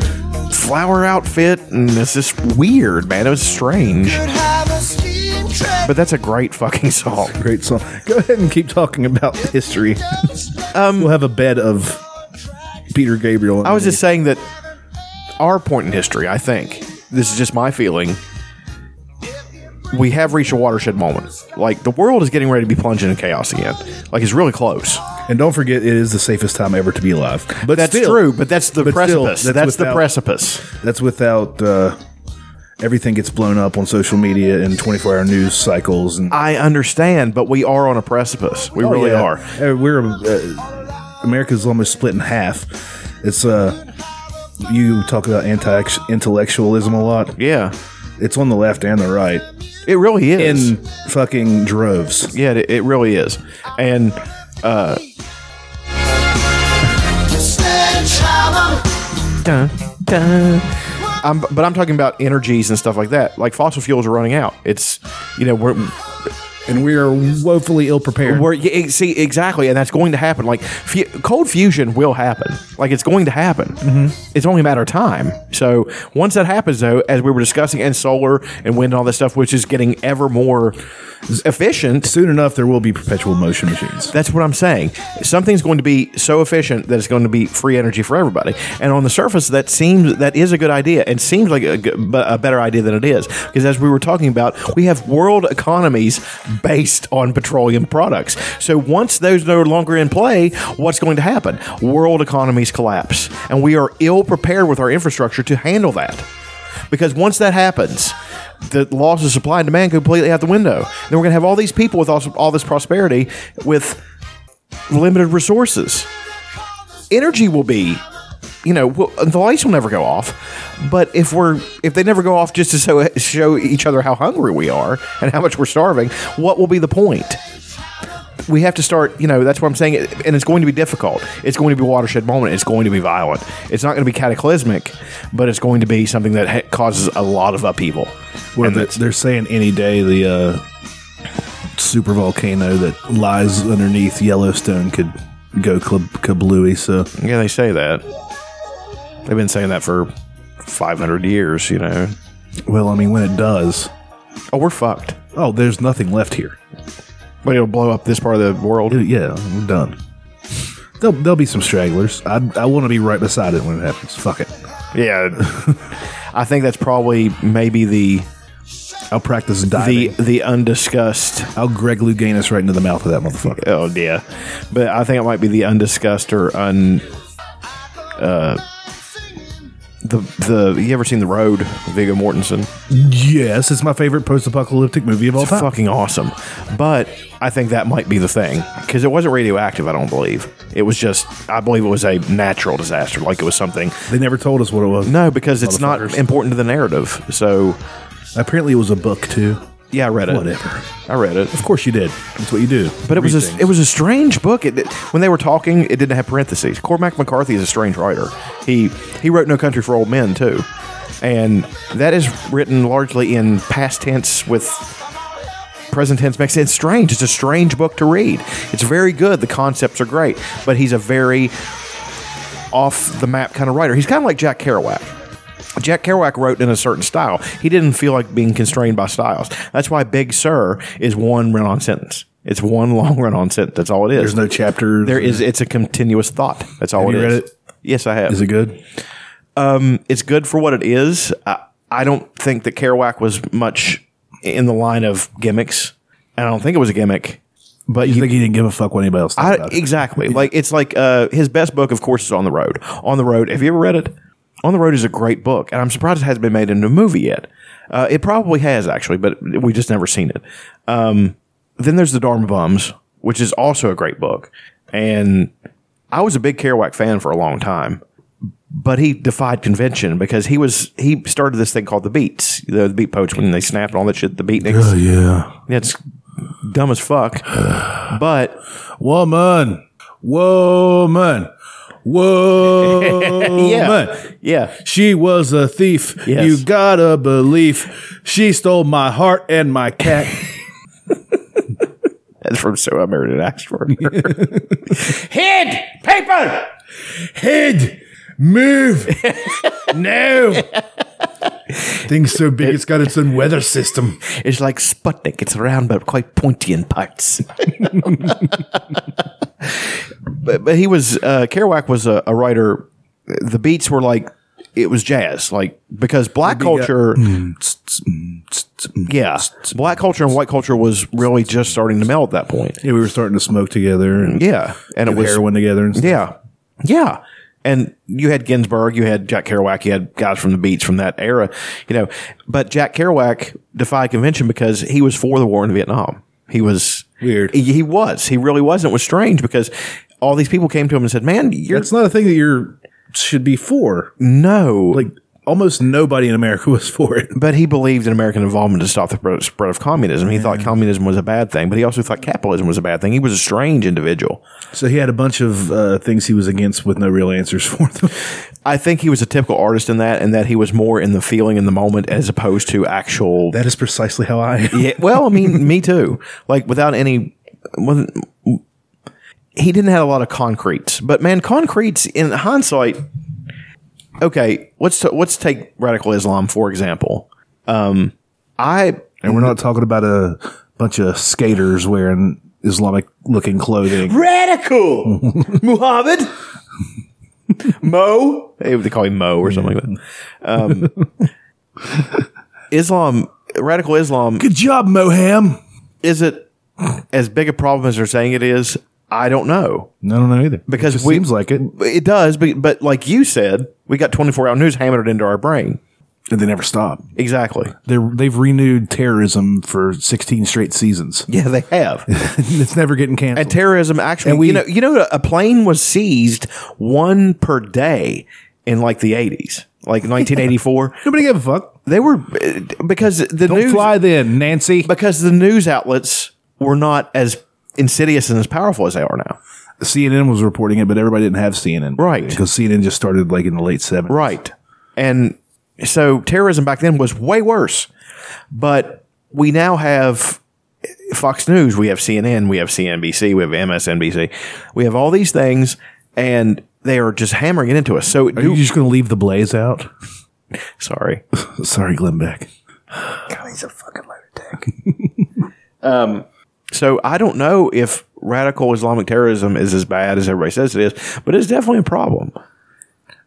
Speaker 2: flower outfit, and it's just weird, man. It was strange. But that's a great fucking song.
Speaker 1: Great song. Go ahead and keep talking about history. um, we'll have a bed of Peter Gabriel.
Speaker 2: I was just saying that our point in history, I think, this is just my feeling. We have reached a watershed moment. Like the world is getting ready to be plunged into chaos again. Like it's really close.
Speaker 1: and don't forget, it is the safest time ever to be alive. But
Speaker 2: That's
Speaker 1: still,
Speaker 2: true, but that's the
Speaker 1: but still,
Speaker 2: precipice.
Speaker 1: that's
Speaker 2: that's the
Speaker 1: without-
Speaker 2: precipice.
Speaker 1: That's without uh, everything gets blown up on social media and 24 hour news cycles and
Speaker 2: I understand, but we are on a precipice. We
Speaker 1: Oh,
Speaker 2: really
Speaker 1: yeah.
Speaker 2: are.
Speaker 1: Uh, We're uh, America's almost split in half. It's uh, you talk about anti intellectualism a lot.
Speaker 2: Yeah,
Speaker 1: It's on the left and the right
Speaker 2: it really is.
Speaker 1: in fucking droves.
Speaker 2: yeah, it, it really is. And dun, dun. I'm, but I'm talking about energies and stuff like that. Like fossil fuels are running out. It's you know we're
Speaker 1: And we are woefully ill prepared.
Speaker 2: Where yeah, ex- see exactly, and that's going to happen. Like fu- cold fusion will happen. Like it's going to happen.
Speaker 1: Mm-hmm.
Speaker 2: It's only a matter of time. So once that happens, though, as we were discussing, and solar and wind and all this stuff, which is getting ever more efficient.
Speaker 1: Soon enough, there will be perpetual motion machines.
Speaker 2: That's what I'm saying. Something's going to be so efficient that it's going to be free energy for everybody. And on the surface, that seems that is a good idea, and seems like a, g- b- a better idea than it is. Because as we were talking about, we have world economies based on petroleum products. So once those no longer in play, what's going to happen? World economies collapse, and we are ill prepared with our infrastructure to handle that. Because once that happens, the laws of supply and demand completely out the window. Then we're going to have all these people with all, all this prosperity with limited resources. Energy will be, you know, well, the lights will never go off. But if we're if they never go off just to so, show each other how hungry we are and how much we're starving, what will be the point? We have to start, you know, that's what I'm saying. And it's going to be difficult. It's going to be a watershed moment. It's going to be violent. It's not going to be cataclysmic, but it's going to be something that ha- causes a lot of upheaval.
Speaker 1: Where
Speaker 2: And
Speaker 1: the,
Speaker 2: that's-
Speaker 1: they're saying any day the uh, super volcano that lies underneath Yellowstone could go kab- kablooey. So
Speaker 2: Yeah, they say that. They've been saying that for 500 years, you know.
Speaker 1: Well, I mean, when it does,
Speaker 2: Oh, we're fucked.
Speaker 1: oh, there's nothing left here.
Speaker 2: But it'll blow up this part of the world.
Speaker 1: Dude, yeah, we're done. There'll, there'll be some stragglers. I, I want to be right beside it when it happens. Fuck it.
Speaker 2: Yeah. I think that's probably maybe the
Speaker 1: I'll practice
Speaker 2: the
Speaker 1: diving.
Speaker 2: the undiscussed.
Speaker 1: I'll Greg Louganis right into the mouth of that motherfucker.
Speaker 2: Oh dear. But I think it might be the undiscussed or un uh the the you ever seen The Road, Viggo Mortensen?
Speaker 1: Yes, it's my favorite post-apocalyptic movie of all time.
Speaker 2: fucking awesome. But I think that might be the thing because it wasn't radioactive. I don't believe it was just. I believe it was a natural disaster, like it was something.
Speaker 1: They never told us what it was.
Speaker 2: No, because it's not important to the narrative. So
Speaker 1: Apparently, it was a book too.
Speaker 2: yeah, I read it.
Speaker 1: Whatever.
Speaker 2: I read it.
Speaker 1: Of course, you did. That's what you do.
Speaker 2: But it was
Speaker 1: Read
Speaker 2: a,
Speaker 1: things.
Speaker 2: it was a strange book. It, it- when they were talking, it didn't have parentheses. Cormac McCarthy is a strange writer. He he wrote No Country for Old Men too, and that is written largely in past tense with present tense mixed. It's strange. It's a strange book to read. It's very good. The concepts are great, but he's a very off the map kind of writer. He's kind of like Jack Kerouac. Jack Kerouac wrote in a certain style. He didn't feel like being constrained by styles. That's why Big Sur is one run on sentence. It's one long run on sentence. That's all it is.
Speaker 1: There's no chapters.
Speaker 2: There is. It's a continuous thought. That's all
Speaker 1: Have
Speaker 2: it
Speaker 1: you
Speaker 2: is.
Speaker 1: read it?
Speaker 2: Yes, I have.
Speaker 1: Is it good?
Speaker 2: it's good for what it is. I, I don't think that Kerouac was much in the line of gimmicks. And I don't think it was a gimmick.
Speaker 1: But you, think he didn't give a fuck what anybody else thought
Speaker 2: I,
Speaker 1: about it?
Speaker 2: exactly. Like it's like uh, his best book, of course, is On the Road. On the Road. Have you ever read it? On the Road is a great book, and I'm surprised it hasn't been made into a movie yet. Uh, it probably has actually, but we just never seen it. Um, then there's The Dharma Bums, which is also a great book, and I was a big Kerouac fan for a long time, but he defied convention because he was he started this thing called the beats, the, the beat poach when they snap and all that shit. The beatniks,
Speaker 1: yeah.
Speaker 2: that's dumb as fuck. But
Speaker 1: Woman. Woman. Woman.
Speaker 2: yeah, yeah,
Speaker 1: She was a thief.
Speaker 2: Yes.
Speaker 1: You gotta believe. She stole my heart and my cat.
Speaker 2: that's from So I Married an Axe Murderer.
Speaker 1: Head, paper. Head, move. no. Thing's so big, it's got its own weather system.
Speaker 2: It's like Sputnik. It's round but quite pointy in parts. but, but he was uh, Kerouac was a, a writer. The beats were like it was jazz, like because black culture, yeah, black culture and white culture was really just starting to meld at that point.
Speaker 1: Yeah, we were starting to smoke together and
Speaker 2: Yeah, and it
Speaker 1: with
Speaker 2: was
Speaker 1: heroin together and stuff.
Speaker 2: yeah, yeah. And you had Ginsberg, you had Jack Kerouac, you had guys from the beats from that era, you know. But Jack Kerouac defied convention because he was for the war in Vietnam. He was
Speaker 1: Weird.
Speaker 2: He, he was. He really was. And it was strange because all these people came to him and said, "Man, you're
Speaker 1: That's not a thing that you're should be for.
Speaker 2: no."
Speaker 1: Like almost nobody in America was for it.
Speaker 2: but he believed in American involvement to stop the spread- spread of communism. He
Speaker 1: Mm.
Speaker 2: thought communism was a bad thing, but he also thought capitalism was a bad thing. He was a strange individual.
Speaker 1: So he had a bunch of uh, things he was against with no real answers for them.
Speaker 2: I think he was a typical artist in that, and that he was more in the feeling in the moment as opposed to actual
Speaker 1: That is precisely how I am.
Speaker 2: Yeah. Well, I mean, me too. Like without any, wasn't, he didn't have a lot of concretes. But man, concretes in hindsight. Okay, let's t- let's take radical Islam for example. Um, I
Speaker 1: And we're not talking about a bunch of skaters wearing Islamic looking clothing.
Speaker 2: radical Muhammad Mo. They would call him Mo or something like that. Um, Islam, radical Islam
Speaker 1: Good job, Moham.
Speaker 2: is it as big a problem as they're saying it is? I don't know.
Speaker 1: I don't know either.
Speaker 2: Because
Speaker 1: it just
Speaker 2: we-
Speaker 1: seems like it.
Speaker 2: It does, but but like you said, we got 24 hour news hammered into our brain.
Speaker 1: And they never stop.
Speaker 2: Exactly.
Speaker 1: They're, they've renewed terrorism for 16 straight seasons.
Speaker 2: Yeah, they have.
Speaker 1: it's never getting canceled.
Speaker 2: And terrorism actually,
Speaker 1: we-
Speaker 2: you know, you know, a plane was seized one per day in like the 80s, like 1984.
Speaker 1: Nobody gave a fuck.
Speaker 2: they were because the news
Speaker 1: Fly then, Nancy.
Speaker 2: because the news outlets were not as insidious and as powerful as they are now.
Speaker 1: CNN was reporting it, but everybody didn't have CNN.
Speaker 2: Right.
Speaker 1: Because CNN just started like in the late 70s.
Speaker 2: Right. And so terrorism back then was way worse. But we now have Fox News, we have CNN, we have CNBC, we have MSNBC, we have all these things, and they are just hammering it into us. So,
Speaker 1: Are you
Speaker 2: do,
Speaker 1: just going to leave the blaze out?
Speaker 2: sorry.
Speaker 1: Sorry, Glenn Beck.
Speaker 2: He's a fucking lunatic. um, so I don't know if radical Islamic terrorism is as bad as everybody says it is, but it's definitely a problem.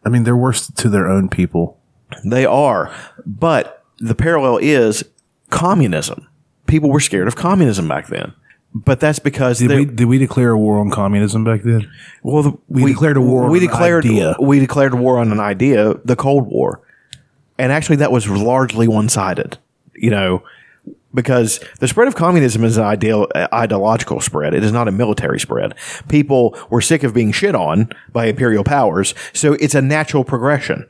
Speaker 1: I mean, they're worse to their own people.
Speaker 2: They are. But the parallel is communism. People were scared of communism back then. But that's because
Speaker 1: Did
Speaker 2: they,
Speaker 1: we did we declare a war on communism back then?
Speaker 2: well, the-
Speaker 1: we declared a war
Speaker 2: We
Speaker 1: on an
Speaker 2: declared
Speaker 1: idea.
Speaker 2: we declared war on an idea, the Cold War, and actually that was largely one sided. You know, because the spread of communism is an ideal, uh, ideological spread. It is not a military spread. People were sick of being shit on by imperial powers, so it's a natural progression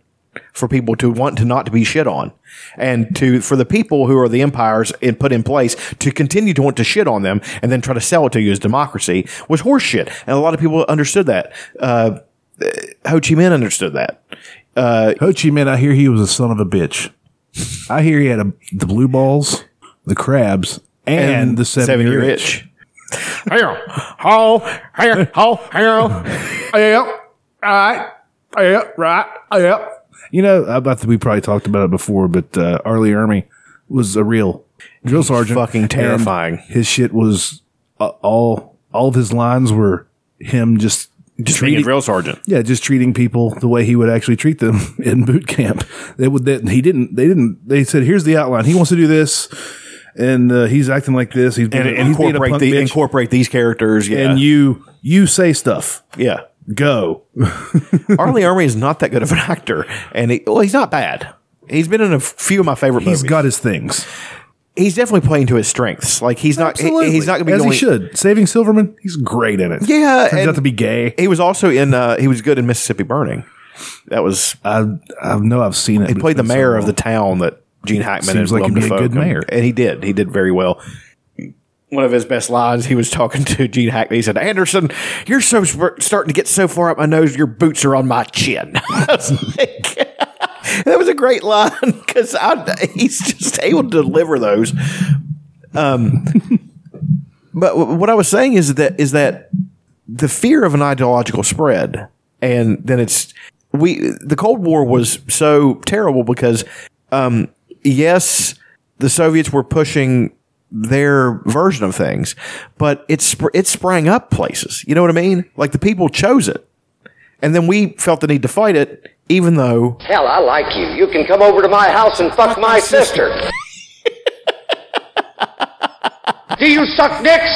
Speaker 2: for people to want to not to be shit on, and to for the people who are the empires and put in place to continue to want to shit on them and then try to sell it to you as democracy was horseshit, and a lot of people understood that. Uh, uh, Ho Chi Minh understood that.
Speaker 1: Ho Chi Minh, I hear he was a son of a bitch. I hear he had a, the blue balls, the crabs, and, the seven, year itch.
Speaker 3: Hell, ho, hell, ho, hell. Yep, right, yep, right, yep.
Speaker 1: Oh, You know, I bet that we probably talked about it before, but uh, Arlie Ermy was a real drill sergeant.
Speaker 2: Fucking
Speaker 1: and
Speaker 2: terrifying.
Speaker 1: His shit was uh, all all of his lines were him just
Speaker 2: Just being a drill sergeant.
Speaker 1: Yeah, just treating people the way he would actually treat them in boot camp. They would. They, he didn't. They didn't. They said, "Here's the outline. He wants to do this, and uh, he's acting like this. He's being,
Speaker 2: and
Speaker 1: a- he's being a
Speaker 2: incorporate
Speaker 1: punk
Speaker 2: the
Speaker 1: bitch,
Speaker 2: incorporate these characters. Yeah,
Speaker 1: and you you say stuff.
Speaker 2: yeah.
Speaker 1: Go.
Speaker 2: Arlie Army is not that good of an actor, and he, well, he's not bad. He's been in a few of my favorite
Speaker 1: He's
Speaker 2: movies.
Speaker 1: got his things.
Speaker 2: he's definitely playing to his strengths. Like he's not. he-
Speaker 1: Absolutely.
Speaker 2: he's not going to be
Speaker 1: as
Speaker 2: going,
Speaker 1: he should. Saving Silverman. He's great in it.
Speaker 2: Yeah,
Speaker 1: turns
Speaker 2: and-
Speaker 1: out to be gay.
Speaker 2: He was also in. Uh, he was good in Mississippi Burning. That was
Speaker 1: I I know I've seen it.
Speaker 2: he played the mayor of the town that Gene Hackman
Speaker 1: Seems
Speaker 2: and
Speaker 1: like he'd
Speaker 2: Willem
Speaker 1: be a
Speaker 2: Dafoe
Speaker 1: good
Speaker 2: come-
Speaker 1: mayor.
Speaker 2: and he did. He did very well. One of his best lines, he was talking to Gene Hackman. He said, "Anderson, you're so sp- starting to get so far up my nose, your boots are on my chin." I was like, that was a great line because he's just able to deliver those. Um, but w- what I was saying is that is that the fear of an ideological spread and then it's we the cold war was so terrible because um yes the soviets were pushing their version of things but it sp- it sprang up places you know what i mean like the people chose it and then we felt the need to fight it even though
Speaker 4: Hell, I like you. You can come over to my house and fuck my sister. Do you suck dicks?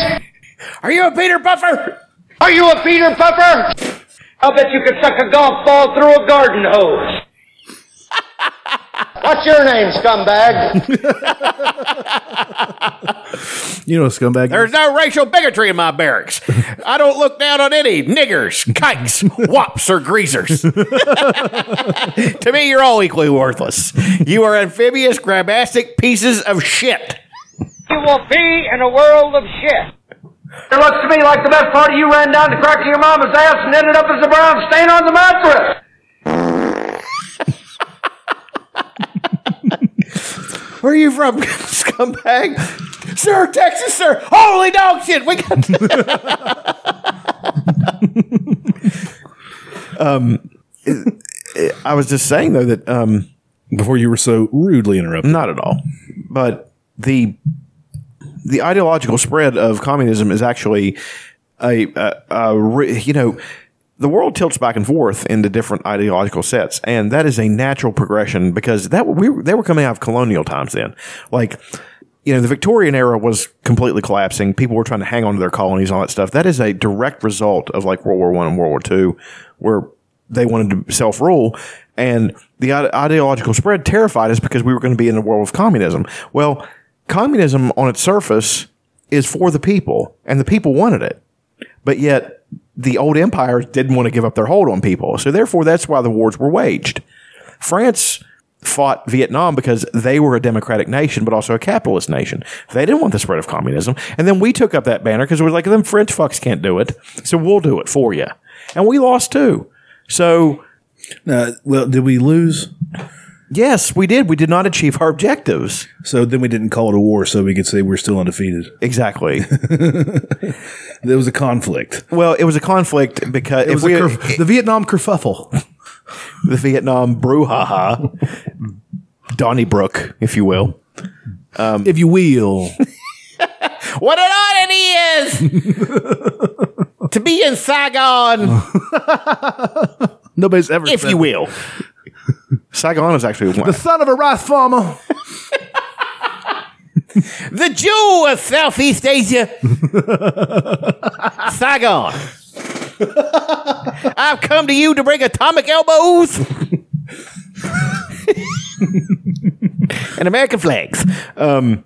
Speaker 2: are you a peter buffer
Speaker 4: Are you a Peter Puffer? I'll bet you could suck a golf ball through a garden hose. What's your name, scumbag?
Speaker 1: You know, scumbag.
Speaker 2: There's no racial bigotry in my barracks. I don't look down on any niggers, kikes, wops, or greasers. to me, you're all equally worthless. You are amphibious, grabastic pieces of shit.
Speaker 4: you will be in a world of shit. It looks to me like the best part of you ran down the crack of your mama's ass and ended up as a brown stain on the mattress.
Speaker 2: Where are you from, scumbag? Sir, Texas, sir. Holy dog shit. We got. um, Um, I was just saying, though, that. Um,
Speaker 1: Before you were so rudely interrupted.
Speaker 2: Not at all. But the the ideological spread of communism is actually a, a, a re- you know the world tilts back and forth into different ideological sets, and that is a natural progression because that we were- they were coming out of colonial times then, like. You know, the Victorian era was completely collapsing. People were trying to hang on to their colonies, all that stuff. That is a direct result of like World War One and World War Two, where they wanted to self rule, and the ide- ideological spread terrified us because we were going to be in a world of communism. Well, communism on its surface is for the people, and the people wanted it, but yet the old empires didn't want to give up their hold on people, so therefore that's why the wars were waged. France fought Vietnam because they were a democratic nation, but also a capitalist nation. They didn't want the spread of communism. And then we took up that banner because we were like, them French fucks can't do it. So we'll do it for you. And we lost too. So,
Speaker 1: Uh, well, did we lose?
Speaker 2: yes, we did. We did not achieve our objectives.
Speaker 1: So then we didn't call it a war, so we could say we're still undefeated.
Speaker 2: Exactly.
Speaker 1: There was a conflict.
Speaker 2: well, it was a conflict because
Speaker 1: It
Speaker 2: if
Speaker 1: was
Speaker 2: we,
Speaker 1: a kerf- the Vietnam kerfuffle.
Speaker 2: the Vietnam brouhaha, Donnybrook, if you will.
Speaker 1: if you will.
Speaker 2: What an honor it is to be in Saigon.
Speaker 1: Nobody's ever.
Speaker 2: if
Speaker 1: said-
Speaker 2: you will. Saigon is actually one.
Speaker 1: The son of a rice farmer.
Speaker 2: The Jew of Southeast Asia, Saigon. I've come to you to bring atomic elbows and American flags. Um,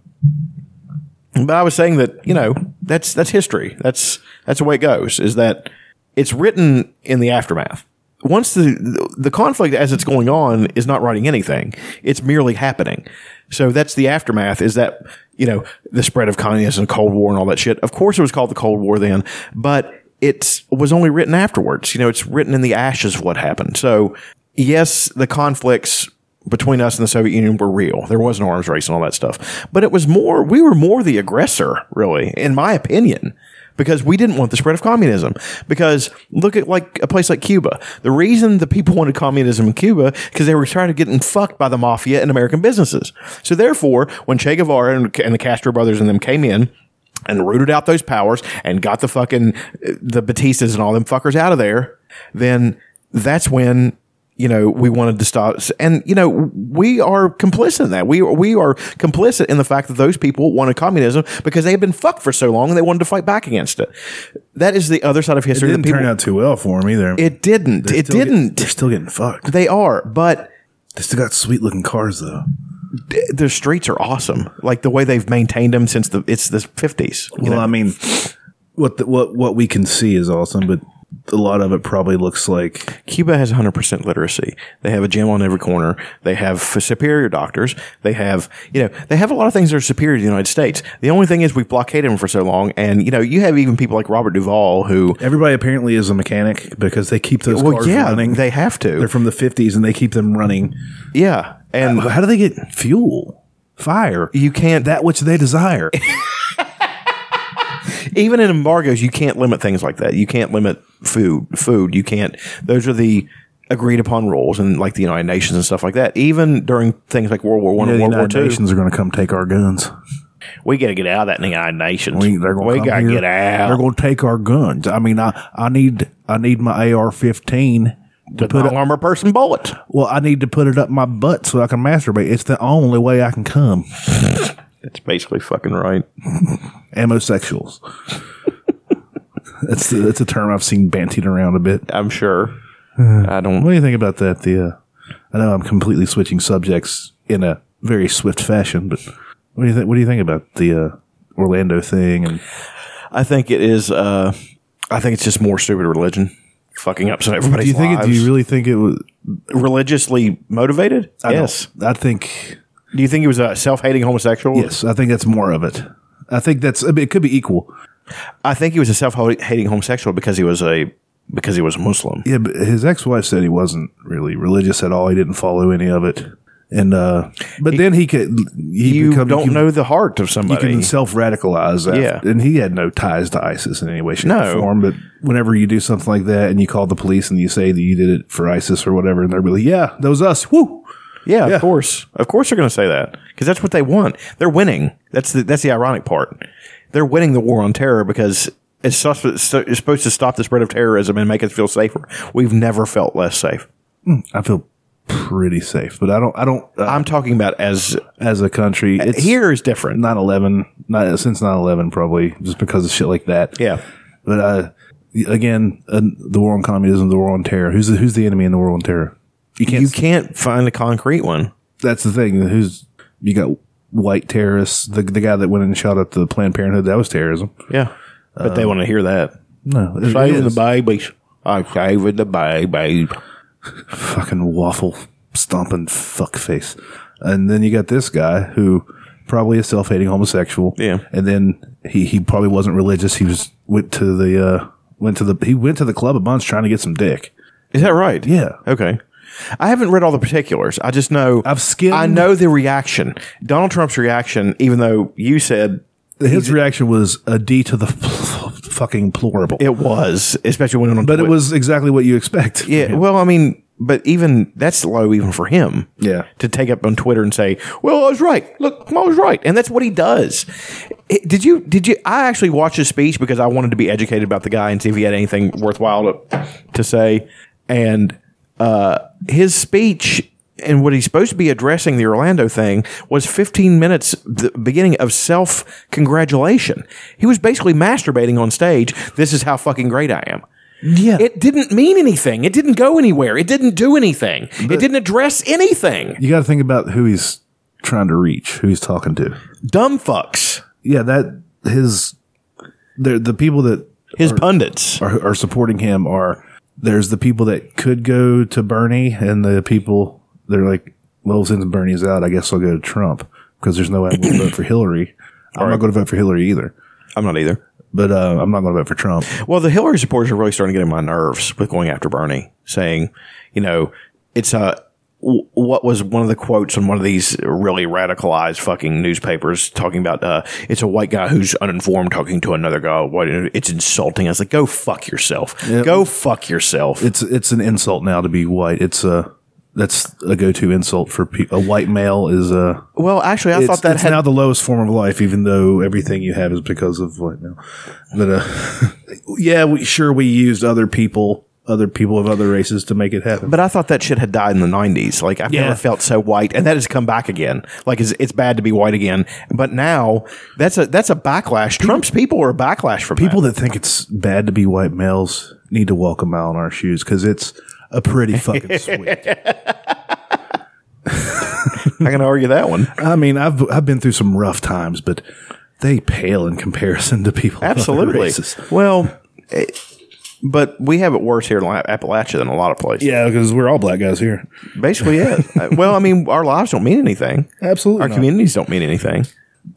Speaker 2: but I was saying that you know that's that's history. That's that's the way it goes. Is that it's written in the aftermath. Once the the conflict as it's going on is not writing anything. It's merely happening. So that's the aftermath. Is that you know the spread of communism, Cold War, and all that shit. Of course, it was called the Cold War then, but it was only written afterwards. You know, it's written in the ashes of what happened. So yes, the conflicts between us and the Soviet Union were real. There was an arms race and all that stuff. But it was more, we were more the aggressor, really, in my opinion, because we didn't want the spread of communism. Because look at like a place like Cuba. The reason the people wanted communism in Cuba, because they were tired of getting fucked by the mafia and American businesses. So therefore, when Che Guevara and, and the Castro brothers and them came in, and rooted out those powers and got the fucking the Batistas and all them fuckers out of there, then that's when you know we wanted to stop. And you know we are complicit in that. We we are complicit in the fact that those people wanted communism because they had been fucked for so long and they wanted to fight back against it. That is the other side of history.
Speaker 1: Didn't
Speaker 2: that people,
Speaker 1: turn out too well for him either.
Speaker 2: it didn't.
Speaker 1: They're
Speaker 2: It
Speaker 1: still get-
Speaker 2: didn't.
Speaker 1: they're still getting fucked.
Speaker 2: they are, but
Speaker 1: They still got sweet looking cars though.
Speaker 2: their streets are awesome. Like the way they've maintained them since the it's the fifties.
Speaker 1: Well, I mean, what the, what what we can see is awesome, but a lot of it probably looks like
Speaker 2: Cuba has 100% literacy. They have a gym on every corner. They have f- superior doctors. They have, you know, they have a lot of things that are superior to the United States. The only thing is we've blockaded them for so long. And, you know, you have even people like Robert Duvall who,
Speaker 1: everybody apparently is a mechanic because they keep those
Speaker 2: well,
Speaker 1: cars
Speaker 2: yeah,
Speaker 1: running.
Speaker 2: they have to.
Speaker 1: They're from the 50s and they keep them running.
Speaker 2: yeah. And
Speaker 1: But how do they get fuel? Fire.
Speaker 2: you can't,
Speaker 1: That which they desire.
Speaker 2: even in embargoes, you can't limit things like that. You can't limit food. Food. You can't. Those are the agreed upon rules, and like the United Nations and stuff like that. Even during things like World War One
Speaker 1: the
Speaker 2: and World War
Speaker 1: United
Speaker 2: Two,
Speaker 1: Nations are going to come take our guns.
Speaker 2: we got to get out of that in the United Nations.
Speaker 1: We, they're gonna
Speaker 2: We
Speaker 1: come
Speaker 2: gotta
Speaker 1: here.
Speaker 2: get out.
Speaker 1: They're going to take our guns. I mean, I, I need I need my AR-15 to put
Speaker 2: an
Speaker 1: it,
Speaker 2: armor person bullet.
Speaker 1: well, I need to put it up my butt so I can masturbate. It's the only way I can come.
Speaker 2: That's basically fucking right.
Speaker 1: Amosexuals. that's that's a term I've seen bantied around a bit.
Speaker 2: I'm sure. I don't.
Speaker 1: What do you think about that? The uh, I know I'm completely switching subjects in a very swift fashion, but what do you think? What do you think about the uh, Orlando thing? And
Speaker 2: I think it is. Uh, I think it's just more stupid religion, fucking up some everybody's
Speaker 1: do you think? It,
Speaker 2: lives.
Speaker 1: do you really think it was?
Speaker 2: religiously motivated?
Speaker 1: I don't-
Speaker 2: yes.
Speaker 1: I think
Speaker 2: Do you think he was a self-hating homosexual?
Speaker 1: yes. I think that's more of it. I think that's. I mean, it could be equal.
Speaker 2: I think he was a self-hating homosexual because he was a because he was a Muslim.
Speaker 1: Yeah, but his ex-wife said he wasn't really religious at all. He didn't follow any of it, and uh but then he could. He
Speaker 2: You
Speaker 1: become-
Speaker 2: don't
Speaker 1: you-
Speaker 2: know the heart of
Speaker 1: You
Speaker 2: somebody.
Speaker 1: can self radicalize,
Speaker 2: Yeah.
Speaker 1: and he had no ties to ISIS in any way, shape,
Speaker 2: No.
Speaker 1: or form. But whenever you do something like that, and you call the police and you say that you did it for ISIS or whatever, and they're like, "Yeah, that was us." Woo!
Speaker 2: yeah,
Speaker 1: Yeah.
Speaker 2: of course, of course they're going to say that because that's what they want. They're winning. That's the that's the ironic part. They're winning the war on terror because it's, sus- it's supposed to stop the spread of terrorism and make us feel safer. We've never felt less safe.
Speaker 1: I feel pretty safe, but I don't. I don't. Uh,
Speaker 2: I'm talking about as
Speaker 1: as a country, it's
Speaker 2: Uh, here is different.
Speaker 1: 9/11, not, since 9/11, probably just because of shit like that.
Speaker 2: Yeah,
Speaker 1: But uh, again, uh, the war on communism, the war on terror. Who's the, who's the enemy in the war on terror? You can't.
Speaker 2: you can't find a concrete one.
Speaker 1: that's the thing. Who's you got? White terrorists. The the guy that went and shot up the Planned Parenthood. That was terrorism.
Speaker 2: Yeah, but they want to hear that.
Speaker 1: No, it- it
Speaker 2: Saving the
Speaker 1: is.
Speaker 2: babies. I'm saving the babies.
Speaker 1: fucking waffle stomping fuckface. And then you got this guy who probably is self hating homosexual.
Speaker 2: Yeah.
Speaker 1: And then he, he probably wasn't religious. He was went to the uh went to the he went to the club a bunch trying to get some dick.
Speaker 2: Is that right?
Speaker 1: Yeah.
Speaker 2: Okay. I haven't read all the particulars. I just know
Speaker 1: I've skimmed-
Speaker 2: I know the reaction. Donald Trump's reaction, even though you said
Speaker 1: His reaction was a D to the f- fucking plorable.
Speaker 2: it was, especially when on
Speaker 1: but it
Speaker 2: Twitter.
Speaker 1: was exactly what you expect.
Speaker 2: Yeah. Well, I mean, but even that's low, even for him.
Speaker 1: Yeah.
Speaker 2: To take up on Twitter and say, "Well, I was right. Look, I was right," and that's what he does. It- did you? Did you? I actually watched his speech because I wanted to be educated about the guy and see if he had anything worthwhile to, to say. And uh, his speech and what he's supposed to be addressing the Orlando thing was 15 minutes, the beginning of self congratulation. He was basically masturbating on stage. This is how fucking great I am.
Speaker 1: Yeah.
Speaker 2: It didn't mean anything. It didn't go anywhere. It didn't do anything. it didn't address anything.
Speaker 1: you got to think about who he's trying to reach, who he's talking to.
Speaker 2: Dumb fucks.
Speaker 1: Yeah, that his they're the people that
Speaker 2: His pundits.
Speaker 1: are, are supporting him are there's the people that could go to Bernie and the people they're like, well, since Bernie's out, I guess I'll go to Trump because there's no way I'm going to vote for Hillary. I'm not going to vote for Hillary either,
Speaker 2: I'm not either.
Speaker 1: but uh, I'm not going to vote for Trump.
Speaker 2: Well, the Hillary supporters are really starting to get on my nerves with going after Bernie, saying, you know, it's a. w- What was one of the quotes on one of these really radicalized fucking newspapers talking about? Uh, it's a white guy who's uninformed talking to another guy. White, it's insulting. I was like, go fuck yourself. Go fuck yourself.
Speaker 1: It's it's an insult now to be white. It's a that's a go-to insult for pe- a white male is uh, a.
Speaker 2: well, actually, I
Speaker 1: It's,
Speaker 2: thought that
Speaker 1: it's
Speaker 2: had
Speaker 1: now the lowest form of life, even though everything you have is because of white male. But uh, yeah, we, sure we used other people, other people of other races to make it happen.
Speaker 2: But I thought that shit had died in the '90s. Like I've
Speaker 1: Yeah.
Speaker 2: never felt so white, and that has come back again. Like it's, it's bad to be white again, but now that's a that's a backlash. Trump's people are a backlash for
Speaker 1: people that think it's bad to be white males need to walk a mile in our shoes because it's a pretty fucking sweet.
Speaker 2: I'm going to argue that one.
Speaker 1: I mean, I've I've been through some rough times, but they pale in comparison to people. of other
Speaker 2: Absolutely.
Speaker 1: races.
Speaker 2: Well, it, But we have it worse here in La- Appalachia than a lot of places.
Speaker 1: Yeah, because we're all black guys here.
Speaker 2: Basically, it. Uh, well, I mean, our lives don't mean anything.
Speaker 1: Absolutely.
Speaker 2: Our
Speaker 1: not.
Speaker 2: communities don't mean anything.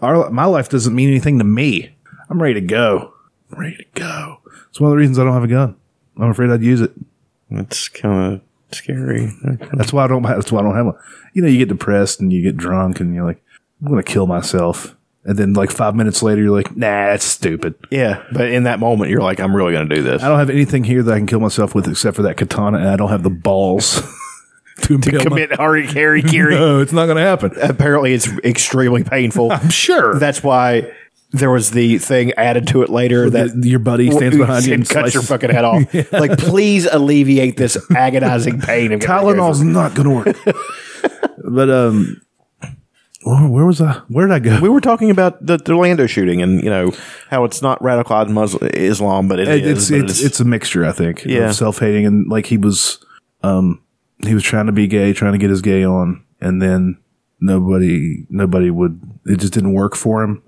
Speaker 1: Our, my life doesn't mean anything to me. I'm ready to go. I'm ready to go. It's one of the reasons I don't have a gun. I'm afraid I'd use it.
Speaker 2: It's kind of scary.
Speaker 1: That's why I don't. That's why I don't have one. You know, you get depressed and you get drunk and you're like, I'm gonna kill myself. And then like five minutes later, you're like, Nah, that's stupid.
Speaker 2: Yeah, but in that moment, you're like, I'm really going to do this.
Speaker 1: I don't have anything here that I can kill myself with except for that katana, and I don't have the balls to, impale my-
Speaker 2: Harry Carey
Speaker 1: No, it's not gonna happen.
Speaker 2: Apparently, it's extremely painful. I'm
Speaker 1: sure.
Speaker 2: That's why there was the thing added to it later that
Speaker 1: your buddy stands behind you and slices-
Speaker 2: cuts your fucking head off. Like, please alleviate this agonizing pain. I'm gonna go
Speaker 1: Tylenol's
Speaker 2: through.
Speaker 1: not gonna work. but um, where, where was I? Where did I go?
Speaker 2: We were talking about the, the Orlando shooting and you know how it's not radicalized Muslim Islam, but it
Speaker 1: It- it's
Speaker 2: is. but
Speaker 1: it's it's a mixture, I think.
Speaker 2: Yeah.
Speaker 1: of self hating and like he was, um, he was trying to be gay, trying to get his gay on, and then nobody nobody would. It just didn't work for him,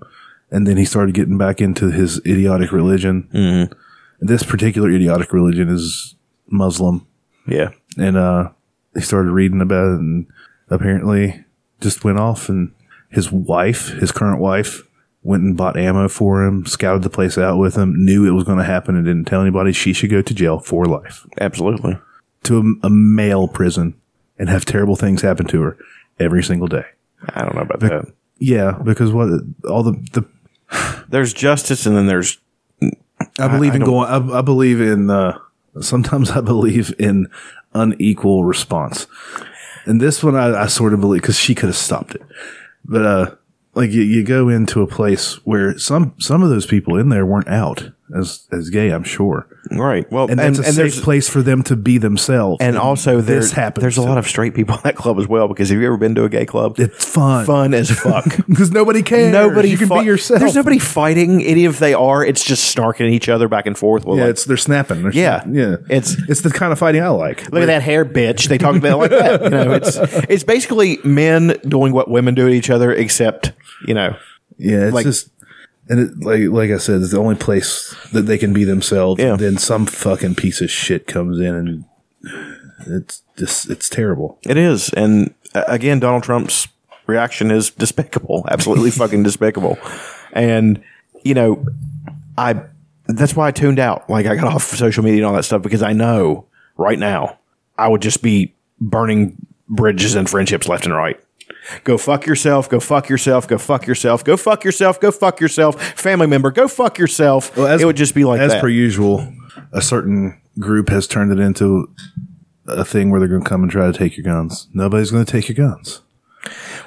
Speaker 1: and then he started getting back into his idiotic religion. Mm-hmm. This particular idiotic religion is Muslim,
Speaker 2: yeah.
Speaker 1: and uh, he started reading about it, and apparently just went off. And his wife, his current wife, went and bought ammo for him, scouted the place out with him, knew it was going to happen, and didn't tell anybody. She should go to jail for life,
Speaker 2: Absolutely.
Speaker 1: to a, a male prison, and have terrible things happen to her every single day.
Speaker 2: I don't know about that.
Speaker 1: Yeah, because what all the the
Speaker 2: There's justice, and then there's
Speaker 1: I believe in going. I, I believe in. Uh, sometimes I believe in unequal response, and this one I, I sort of believe because she could have stopped it, but uh, like you, you go into a place where some some of those people in there weren't out as as gay, I'm sure,
Speaker 2: right. Well,
Speaker 1: and that's a safe place for them to be themselves.
Speaker 2: and also there,
Speaker 1: this happens.
Speaker 2: There's a lot of straight people in that club as well. Because have you ever been to a gay club?
Speaker 1: it's fun,
Speaker 2: fun as fuck.
Speaker 1: because nobody cares.
Speaker 2: Nobody
Speaker 1: you can
Speaker 2: fi-
Speaker 1: be yourself.
Speaker 2: There's nobody fighting. Any if they are, it's just snarking at each other back and forth. Well,
Speaker 1: Yeah,
Speaker 2: like,
Speaker 1: it's they're snapping. They're
Speaker 2: Yeah.
Speaker 1: snapping. yeah.
Speaker 2: It's-
Speaker 1: it's the kind of fighting I like.
Speaker 2: look at that hair, bitch. They talk about it like that. You know, it's it's basically men doing what women do to each other, except you know,
Speaker 1: Yeah, it's
Speaker 2: Like-
Speaker 1: just and it, like like I said, it's the only place that they can be themselves.
Speaker 2: Yeah.
Speaker 1: Then some fucking piece of shit comes in and it's just it's terrible.
Speaker 2: it is. And uh, again, Donald Trump's reaction is despicable. Absolutely fucking despicable. And you know, I that's why I tuned out. Like I got off social media and all that stuff because I know right now I would just be burning bridges and friendships left and right. Go fuck yourself. Go fuck yourself. Go fuck yourself. Go fuck yourself. Go fuck yourself. Family member, go fuck yourself. it would just be like
Speaker 1: as
Speaker 2: that.
Speaker 1: per usual. A certain group has turned it into a thing where they're going to come and try to take your guns. Nobody's going to take your guns.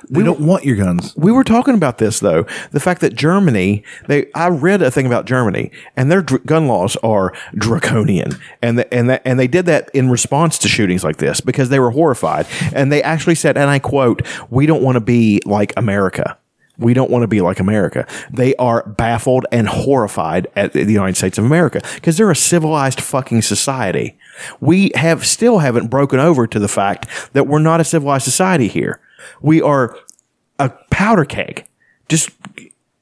Speaker 1: We don't want your guns.
Speaker 2: we were talking about this though the fact that germany they i read a thing about germany and their dr- gun laws are draconian and the, and that and they did that in response to shootings like this because they were horrified and they actually said and i quote we don't want to be like america we don't want to be like America. They are baffled and horrified at the United States of America because they're a civilized fucking society. We have still haven't broken over to the fact that we're not a civilized society here. We are a powder keg, just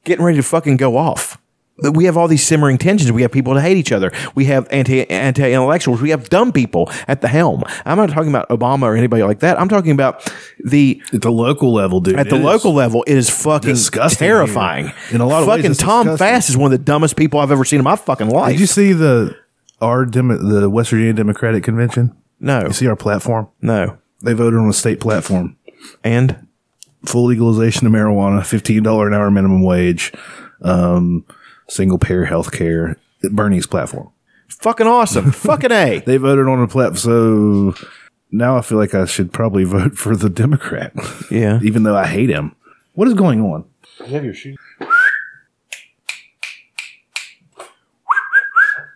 Speaker 2: getting ready to fucking go off. But We have all these simmering tensions. We have people that hate each other. We have anti anti intellectuals. We have dumb people at the helm. I'm not talking about Obama or anybody like that. I'm talking about the
Speaker 1: At the local level, dude.
Speaker 2: at the
Speaker 1: it is.
Speaker 2: local level, it is fucking
Speaker 1: disgusting
Speaker 2: terrifying.
Speaker 1: here. In a lot of ways,
Speaker 2: fucking
Speaker 1: it's
Speaker 2: Tom
Speaker 1: disgusting.
Speaker 2: Fast is one of the dumbest people I've ever seen in my fucking life.
Speaker 1: Did you see the our Demo- the West Virginia Democratic Convention?
Speaker 2: no,
Speaker 1: You see our platform?
Speaker 2: no,
Speaker 1: They voted on a state platform.
Speaker 2: and
Speaker 1: full legalization of marijuana, fifteen dollar an hour minimum wage, um, single payer health care. Bernie's platform.
Speaker 2: fucking awesome, fucking a.
Speaker 1: They voted on a platform, so now I feel like I should probably vote for the Democrat.
Speaker 2: Yeah.
Speaker 1: even though I hate him. What is going on?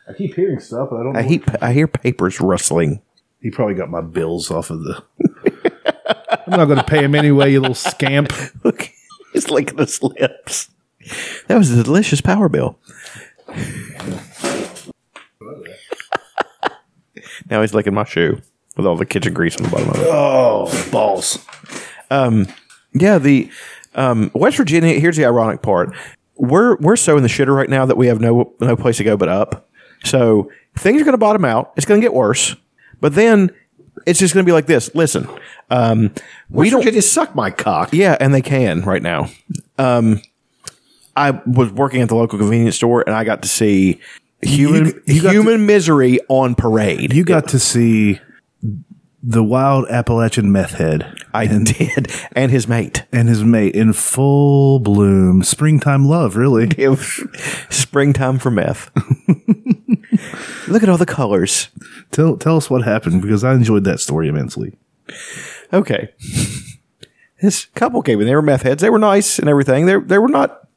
Speaker 1: I keep hearing stuff, but I don't.
Speaker 2: I hear, I hear papers rustling.
Speaker 1: he probably got my bills off of the. I'm not going to pay him anyway, you little scamp.
Speaker 2: Look, he's licking his lips. That was a delicious power bill. now he's licking my shoe with all the kitchen grease on the bottom of it.
Speaker 1: Oh, balls!
Speaker 2: Yeah, the um, West Virginia. Here's the ironic part: we're we're so in the shitter right now that we have no no place to go but up. So things are going to bottom out. It's going to get worse, but then it's just going to be like this. Listen, um, we
Speaker 5: You
Speaker 2: don't.
Speaker 5: don't just suck my cock.
Speaker 2: Yeah, and they can right now. Um, I was working at the local convenience store, and I got to see human
Speaker 1: you got to-
Speaker 2: human misery on parade.
Speaker 1: You got to see the wild Appalachian meth head
Speaker 2: I did, and his mate.
Speaker 1: and his mate in full bloom. Springtime love, really.
Speaker 2: It was springtime for meth. Look at all the colors.
Speaker 1: Tell tell us what happened because I enjoyed that story immensely.
Speaker 2: Okay. This couple came in. They were meth heads. They were nice and everything. They they were not.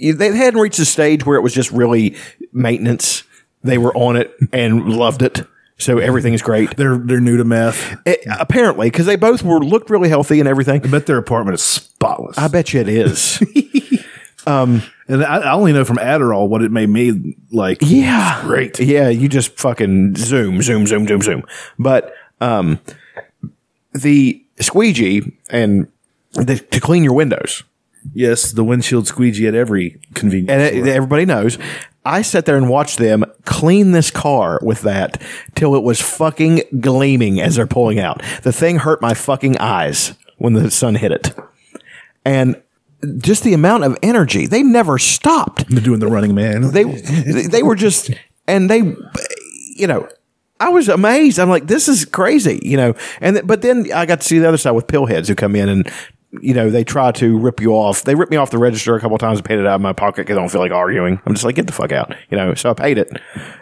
Speaker 2: They hadn't reached the stage where it was just really maintenance. They were on it and loved it. So everything's great.
Speaker 1: They're they're new to meth.
Speaker 2: Eh, apparently, because they both were looked really healthy and everything.
Speaker 1: I bet their apartment is spotless.
Speaker 2: I bet you it is.
Speaker 1: and I, I only know from Adderall what it made me like.
Speaker 2: yeah,
Speaker 1: Great.
Speaker 2: Yeah, you just fucking zoom, zoom, zoom, zoom, zoom. But um, the squeegee and the, to clean your windows,
Speaker 1: Yes, the windshield squeegee at every convenience.
Speaker 2: and it,
Speaker 1: store.
Speaker 2: everybody knows. I sat there and watched them clean this car with that till it was fucking gleaming as they're pulling out. The thing hurt my fucking eyes when the sun hit it, and just the amount of energy they never stopped.
Speaker 1: they're doing the running man.
Speaker 2: they they were just and they you know I was amazed. I'm like, this is crazy, you know. And th- but then I got to see the other side with pillheads who come in and you know they try to rip you off. They ripped me off the register a couple times and paid it out of my pocket because I don't feel like arguing. I'm just like, get the fuck out, you know. So I paid it,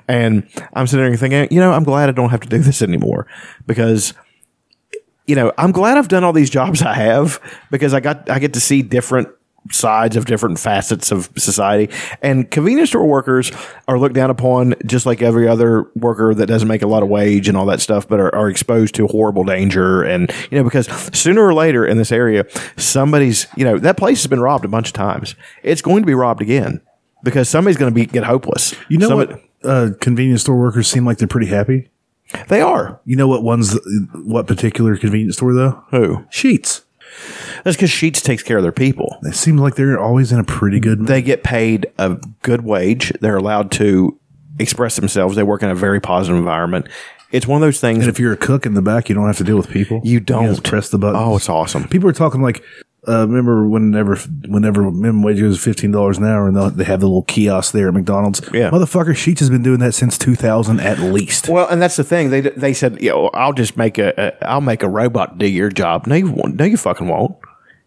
Speaker 2: and I'm sitting there thinking, you know, I'm glad I don't have to do this anymore because you know, I'm glad I've done all these jobs I have because I got I get to see different sides of different facets of society. And convenience store workers are looked down upon just like every other worker that doesn't make a lot of wage and all that stuff, but are, are exposed to horrible danger and you know, because sooner or later in this area, somebody's you know, that place has been robbed a bunch of times. It's going to be robbed again. Because somebody's going to be get hopeless.
Speaker 1: you know
Speaker 2: Somebody-
Speaker 1: what? Uh, convenience store workers seem like they're pretty happy.
Speaker 2: They are.
Speaker 1: You know what one's what particular convenience store though?
Speaker 2: Who?
Speaker 1: Sheets.
Speaker 2: That's because Sheets takes care of their people.
Speaker 1: They seem like they're always in a pretty good.
Speaker 2: they get paid a good wage. They're allowed to express themselves. They work in a very positive environment. It's one of those things.
Speaker 1: and if you're a cook in the back, you don't have to deal with people.
Speaker 2: you
Speaker 1: just
Speaker 2: don't
Speaker 1: press the button.
Speaker 2: Oh, it's awesome.
Speaker 1: people are talking like. Uh, remember whenever whenever minimum wage goes fifteen dollars an hour and they'll- they have the little kiosk there at McDonald's.
Speaker 2: Yeah.
Speaker 1: motherfucker, Sheets has been doing that since two thousand at least.
Speaker 2: Well, and that's the thing. They they said, you know, I'll just make a, a I'll make a robot do your job. No, you won't. No, you fucking won't.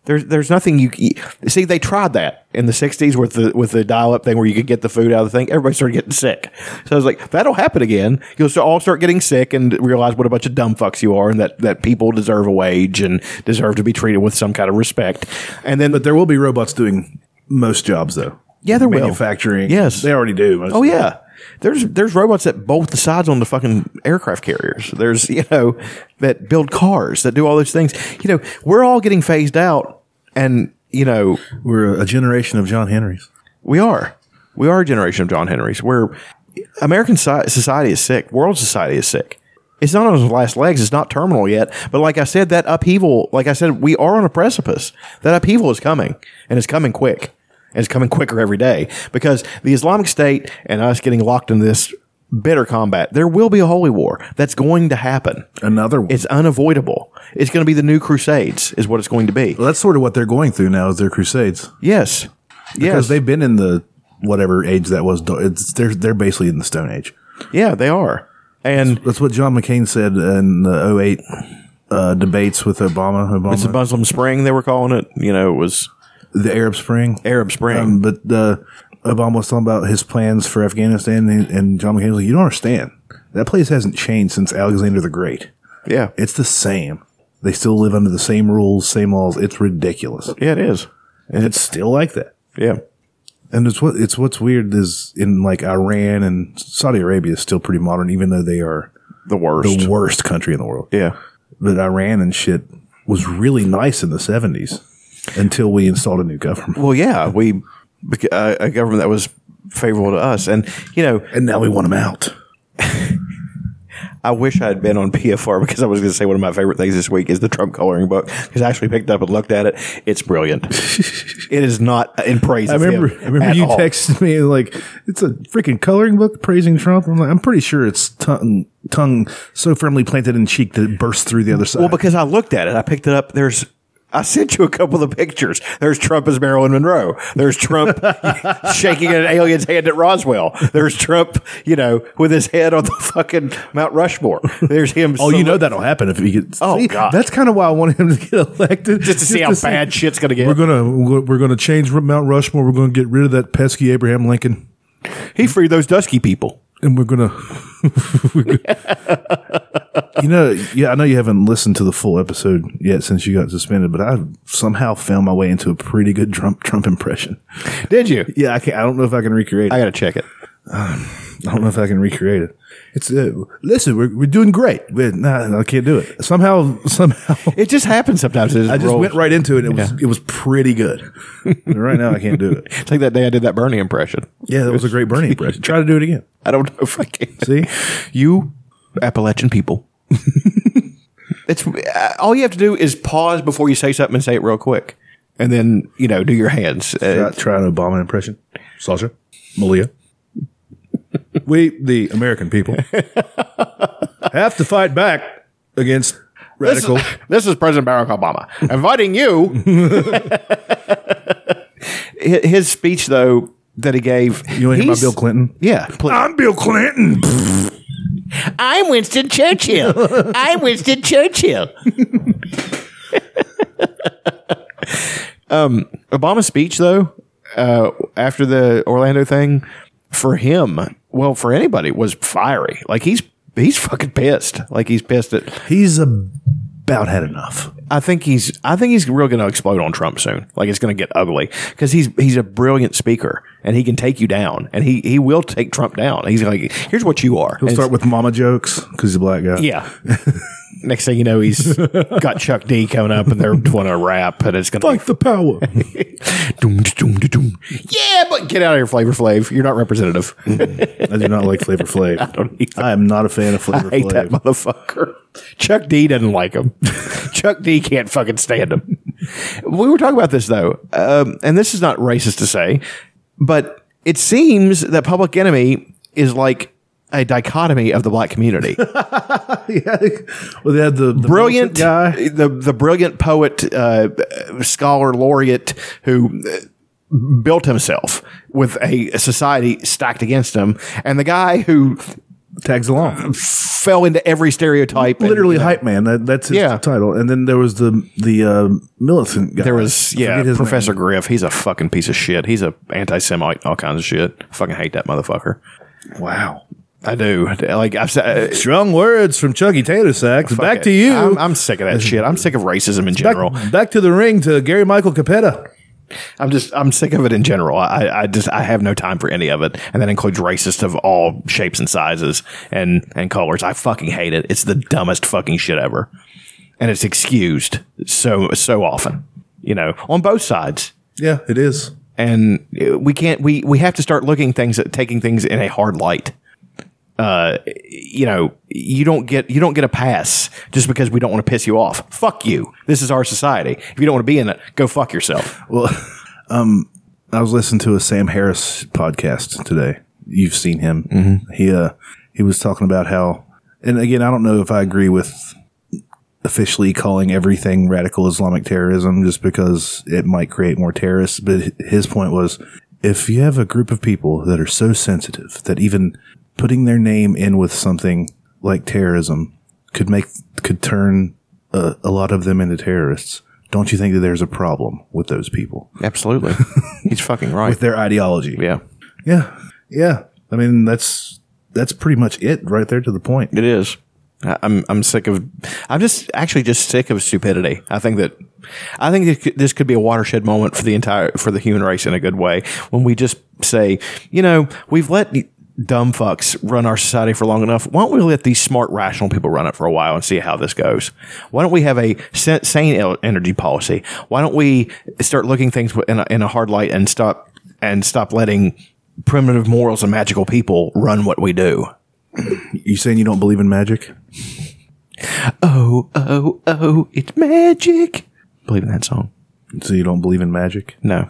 Speaker 2: There's there's nothing you you- see. They tried that in the '60s with the with the dial up thing where you could get the food out of the thing. Everybody started getting sick. So I was like, that'll happen again. You'll st- all start getting sick and realize what a bunch of dumb fucks you are, and that that people deserve a wage and deserve to be treated with some kind of respect. And then
Speaker 1: But there will be robots doing most jobs though.
Speaker 2: Yeah, there will.
Speaker 1: manufacturing.
Speaker 2: Yes.
Speaker 1: they already do. most
Speaker 2: Oh
Speaker 1: of it.
Speaker 2: yeah. There's there's robots that bolt the sides on the fucking aircraft carriers. There's you know that build cars that do all those things. You know we're all getting phased out, and you know
Speaker 1: we're a generation of John Henrys.
Speaker 2: we are we are a generation of John Henrys. We're American si- society is sick. World society is sick. It's not on its last legs. It's not terminal yet. But like I said, that upheaval. Like I said, we are on a precipice. That upheaval is coming, and it's coming quick. And it's coming quicker every day because the Islamic State and us getting locked in this bitter combat. There will be a holy war. That's going to happen.
Speaker 1: Another one.
Speaker 2: It's unavoidable. It's going to be the new Crusades, is what it's going to be.
Speaker 1: Well, that's sort of what they're going through now is their crusades
Speaker 2: Yes.
Speaker 1: because
Speaker 2: Yes.
Speaker 1: they've been in the whatever age that was. It's, they're they're basically in the Stone Age.
Speaker 2: yeah, they are. And
Speaker 1: That's what John McCain said in the 08 uh, debates with Obama. Obama,
Speaker 2: It's a Muslim Spring they were calling it. You know, it was
Speaker 1: the Arab Spring.
Speaker 2: Arab Spring.
Speaker 1: Um, but uh, Obama was talking about his plans for Afghanistan, and, and John McCain was like, "You don't understand. That place hasn't changed since Alexander the Great.
Speaker 2: yeah,
Speaker 1: It's the same. They still live under the same rules, same laws. It's ridiculous,
Speaker 2: yeah, it is.
Speaker 1: and it's still like that."
Speaker 2: Yeah,
Speaker 1: And it's what it's what's weird is in like Iran and Saudi Arabia is still pretty modern, even though they are
Speaker 2: the worst.
Speaker 1: the worst country in the world.
Speaker 2: yeah,
Speaker 1: But Iran and shit was really nice in the seventies until we installed a new government,
Speaker 2: well, yeah, we bec- uh, a government that was favorable to us, and you know,
Speaker 1: and now we want them out.
Speaker 2: I wish I had been on PFR because I was going to say one of my favorite things this week is the Trump coloring book because I actually picked up and looked at it. It's brilliant. it is not in praise.
Speaker 1: I
Speaker 2: of
Speaker 1: remember,
Speaker 2: him
Speaker 1: I remember
Speaker 2: at
Speaker 1: you
Speaker 2: all.
Speaker 1: texted me like it's a freaking coloring book praising Trump. I'm like, I'm pretty sure it's tongue tongue so firmly planted in cheek that it bursts through the other side.
Speaker 2: Well, because I looked at it, I picked it up. There's, I sent you a couple of the pictures. There's Trump as Marilyn Monroe. There's Trump shaking an alien's hand at Roswell. There's Trump, you know, with his head on the fucking Mount Rushmore. There's him.
Speaker 1: oh, you know that'll happen if he gets.
Speaker 2: Oh,
Speaker 1: see,
Speaker 2: God.
Speaker 1: that's kind of why I wanted him to get elected,
Speaker 2: Just to see how bad shit's gonna get.
Speaker 1: We're gonna we're gonna change Mount Rushmore. We're gonna get rid of that pesky Abraham Lincoln,
Speaker 2: he freed those dusky people.
Speaker 1: and we're gonna. we're gonna you know, yeah, I know you haven't listened to the full episode yet since you got suspended, but I somehow found my way into a pretty good Trump Trump impression.
Speaker 2: Did you?
Speaker 1: Yeah, I can't. I don't know if I can recreate.
Speaker 2: I
Speaker 1: it.
Speaker 2: got to check it.
Speaker 1: I don't know if I can recreate it. It's uh, listen, we're, we're doing great. We're, nah, I can't do it. Somehow, somehow,
Speaker 2: It just happens sometimes.
Speaker 1: I just went right into it. And it was it was pretty good. And right now, I can't do it.
Speaker 2: It's like that day I did that Bernie impression.
Speaker 1: Yeah, that was a great Bernie impression. Try to do it again.
Speaker 2: I don't know if I can.
Speaker 1: See,
Speaker 2: You Appalachian people. it's uh, all you have to do is pause before you say something and say it real quick, and then you know do your hands.
Speaker 1: try,
Speaker 2: Uh,
Speaker 1: try an Obama impression. Sasha, Malia. We, the American people, have to fight back against
Speaker 2: this,
Speaker 1: radical.
Speaker 2: is, this is President Barack Obama inviting you. Hi- His speech though that he gave.
Speaker 1: You want to hear about
Speaker 2: he's-
Speaker 1: Bill Clinton?
Speaker 2: Yeah, please.
Speaker 1: I'm Bill Clinton.
Speaker 2: I'm Winston Churchill. I'm Winston Churchill. um, Obama's speech, though, uh, after the Orlando thing, for him, well, for anybody, was fiery. Like he's he's fucking pissed. Like he's pissed at.
Speaker 1: He's about had enough.
Speaker 2: I think he's I think he's real going to explode on Trump soon. Like it's going to get ugly because he's he's a brilliant speaker and he can take you down and he he will take Trump down. He's like, here's what you are.
Speaker 1: He'll
Speaker 2: And
Speaker 1: start with mama jokes because he's a black guy.
Speaker 2: Yeah. Next thing you know, he's got Chuck D coming up, and they're doing a rap, and it's gonna
Speaker 1: Like the power.
Speaker 2: be doom, da, doom, da, doom. Yeah, but get out of here, Flavor Flav. You're not representative.
Speaker 1: I do not like Flavor Flav. I, am not a fan of Flavor
Speaker 2: Hate that
Speaker 1: Flav.
Speaker 2: motherfucker. Chuck D doesn't like him. Chuck D can't fucking stand him. We were talking about this though, um, and this is not racist to say, but it seems that Public Enemy is like a dichotomy of the black community.
Speaker 1: yeah. Well, they had the, the militant
Speaker 2: brilliant
Speaker 1: guy.
Speaker 2: the the brilliant poet, uh, scholar, laureate who uh, built himself with a, a society stacked against him, and the guy who
Speaker 1: Tags along.
Speaker 2: fell into every stereotype. and,
Speaker 1: Literally
Speaker 2: you know,
Speaker 1: hype man. That, that's his
Speaker 2: Yeah.
Speaker 1: title. And then there was the the uh, militant guy.
Speaker 2: there was
Speaker 1: I
Speaker 2: yeah,
Speaker 1: forget his
Speaker 2: Professor
Speaker 1: name.
Speaker 2: Griff. He's a fucking piece of shit. He's a anti-Semite, all kinds of shit. I fucking hate that motherfucker.
Speaker 1: Wow.
Speaker 2: I do. Like I've said. uh,
Speaker 1: Strong words from Chucky Taylor Sacks. Back to you.
Speaker 2: I'm, I'm sick of that shit. I'm sick of racism in general.
Speaker 1: back, back to the ring to Gary Michael Capetta.
Speaker 2: I'm just I'm sick of it in general. I, I just I have no time for any of it, and that includes racist of all shapes and sizes and and colors. I fucking hate it. It's the dumbest fucking shit ever, and it's excused so so often, you know, on both sides.
Speaker 1: Yeah, it is.
Speaker 2: And uh, we can't we we have to start looking things at taking things in a hard light. Uh, you know, you don't get you don't get a pass just because we don't want to piss you off. Fuck you. This is our society. If you don't want to be in it, go fuck yourself.
Speaker 1: Well, um, I was listening to a Sam Harris podcast today. You've seen him. He uh, he was talking about how, and again, I don't know if I agree with officially calling everything radical Islamic terrorism just because it might create more terrorists. But his point was, if you have a group of people that are so sensitive that even putting their name in with something like terrorism could make could turn uh, a, a lot of them into terrorists. Don't you think that there's a problem with those people?
Speaker 2: Absolutely. He's fucking right.
Speaker 1: with their ideology.
Speaker 2: yeah.
Speaker 1: Yeah. Yeah. I mean, that's that's pretty much it right there to the point.
Speaker 2: It is. I- I'm I'm sick of I'm just actually just sick of stupidity. I think that I think this could, this could be a watershed moment for the entire for the human race in a good way when we just say, you know, we've let dumb fucks run our society for long enough. Why don't we let these smart rational people run it for a while and see how this goes? Why don't we have a sa- sane el- energy policy? Why don't we start looking things in a, in a hard light and stop and stop letting primitive morals and magical people run what we do?
Speaker 1: You saying you don't believe in magic?
Speaker 2: Oh, oh, oh, it's magic. Believe in that song.
Speaker 1: So you don't believe in magic?
Speaker 2: No,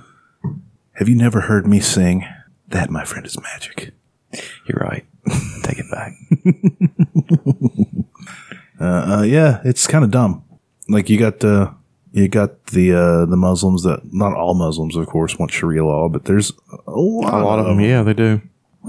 Speaker 1: Have you never heard me sing? That, my friend, is magic.
Speaker 2: you're right. Take it back.
Speaker 1: Uh, yeah, it's kind of dumb. Like you got the you got the uh, the Muslims that not all Muslims, of course, want Sharia law, but there's a lot,
Speaker 2: A lot of them, yeah, they do.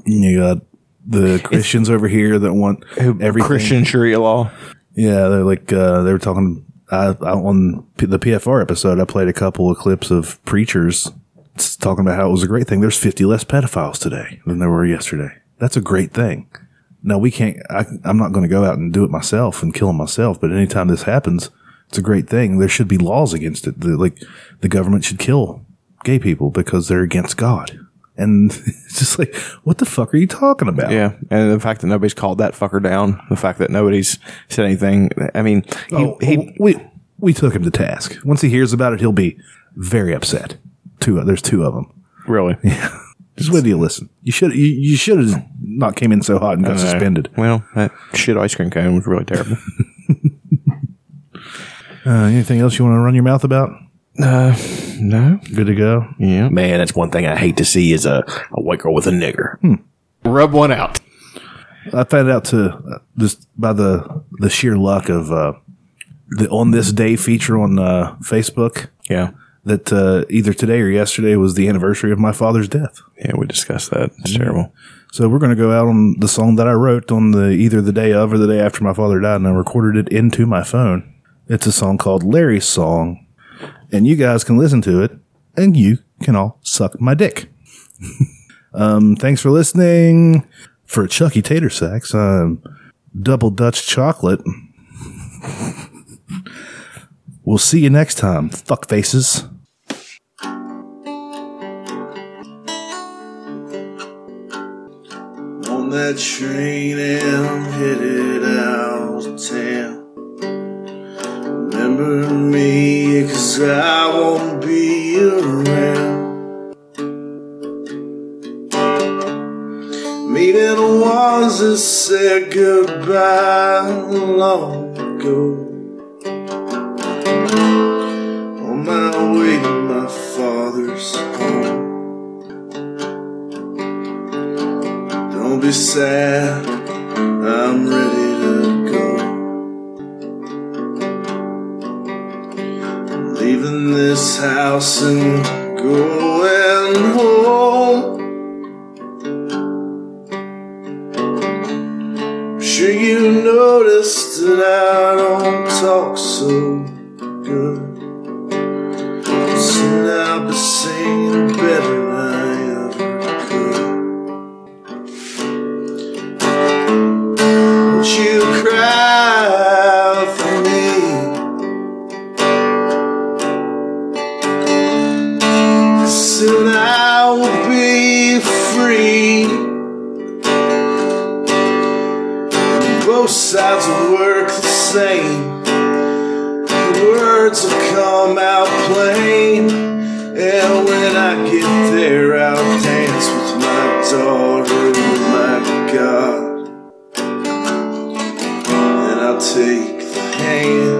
Speaker 1: You got the Christians over here that want every
Speaker 2: Christian Sharia law.
Speaker 1: Yeah, they're like uh, they were talking. I, I on P- the PFR episode, I played a couple of clips of preachers s- talking about how it was a great thing. There's 50 less pedophiles today than there were yesterday. That's a great thing. Now we can't. I, I'm not going to go out and do it myself and kill 'em myself. But anytime this happens, it's a great thing. There should be laws against it. The, like the government should kill gay people because they're against God. And it's just like, what the fuck are you talking about?
Speaker 2: Yeah, and the fact that nobody's called that fucker down, the fact that nobody's said anything. I mean, he,
Speaker 1: Oh,
Speaker 2: he
Speaker 1: we we took him to task. Once he hears about it, he'll be very upset. Two, uh, there's two of them.
Speaker 2: really.
Speaker 1: Just wait till you listen. You should you, you should have not came in so hot and got suspended.
Speaker 2: Well, that shit ice cream cone was really terrible.
Speaker 1: Uh, anything else you want to run your mouth about?
Speaker 2: no,
Speaker 1: Good to go.
Speaker 2: yeah,
Speaker 5: Man, that's one thing I hate to see is a, a white girl with a nigger.
Speaker 2: Hmm.
Speaker 3: Rub one out.
Speaker 1: I found out to uh, just by the the sheer luck of uh, the on this day feature on uh, Facebook
Speaker 2: yeah,
Speaker 1: that uh, either today or yesterday was the anniversary of my father's death.
Speaker 2: yeah. We discussed that. It's
Speaker 5: Mm-hmm.
Speaker 2: terrible.
Speaker 1: So we're going to go out on the song that I wrote on the either the day of or the day after my father died, and I recorded it into my phone. It's a song called Larry's Song, and you guys can listen to it, and you can all suck my dick. um, thanks for listening. For Chucky Tater Sacks, um, Double Dutch Chocolate. we'll see you next time, fuck faces.
Speaker 6: on that train and I'm headed out of town. Remember me, cause I won't be around. Meeting the ones that said goodbye long ago. On my way to my father's home. Don't be sad, I'm ready to go. I'm leaving this house and going home. I'm sure you noticed that I don't talk so good. So now I'll be singing better than I ever could. Don't you cry for me. Soon I will be free. Both sides will work the same. The words will come out plain. And when I get there, I'll dance with my daughter, my God and I'll take the hand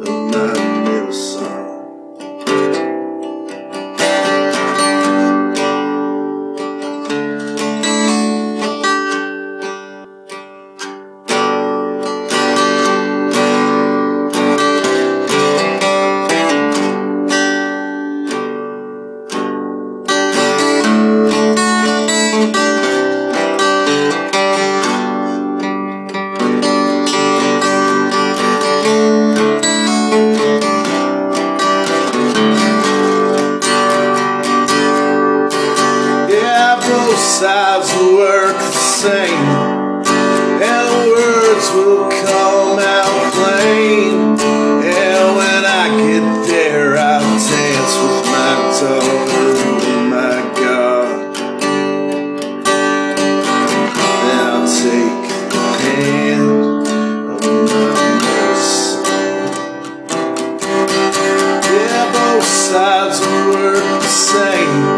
Speaker 6: of my middle son. Yeah, both sides will work the same, and the words will come out plain. And when I get there, I'll dance with my daughter, my God, and I'll take the hand of my middle son. Yeah, both sides will work the same.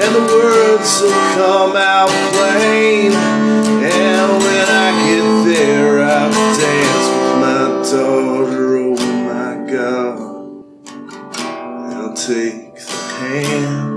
Speaker 6: And the words will come out plain. And oh go. I'll take the hand.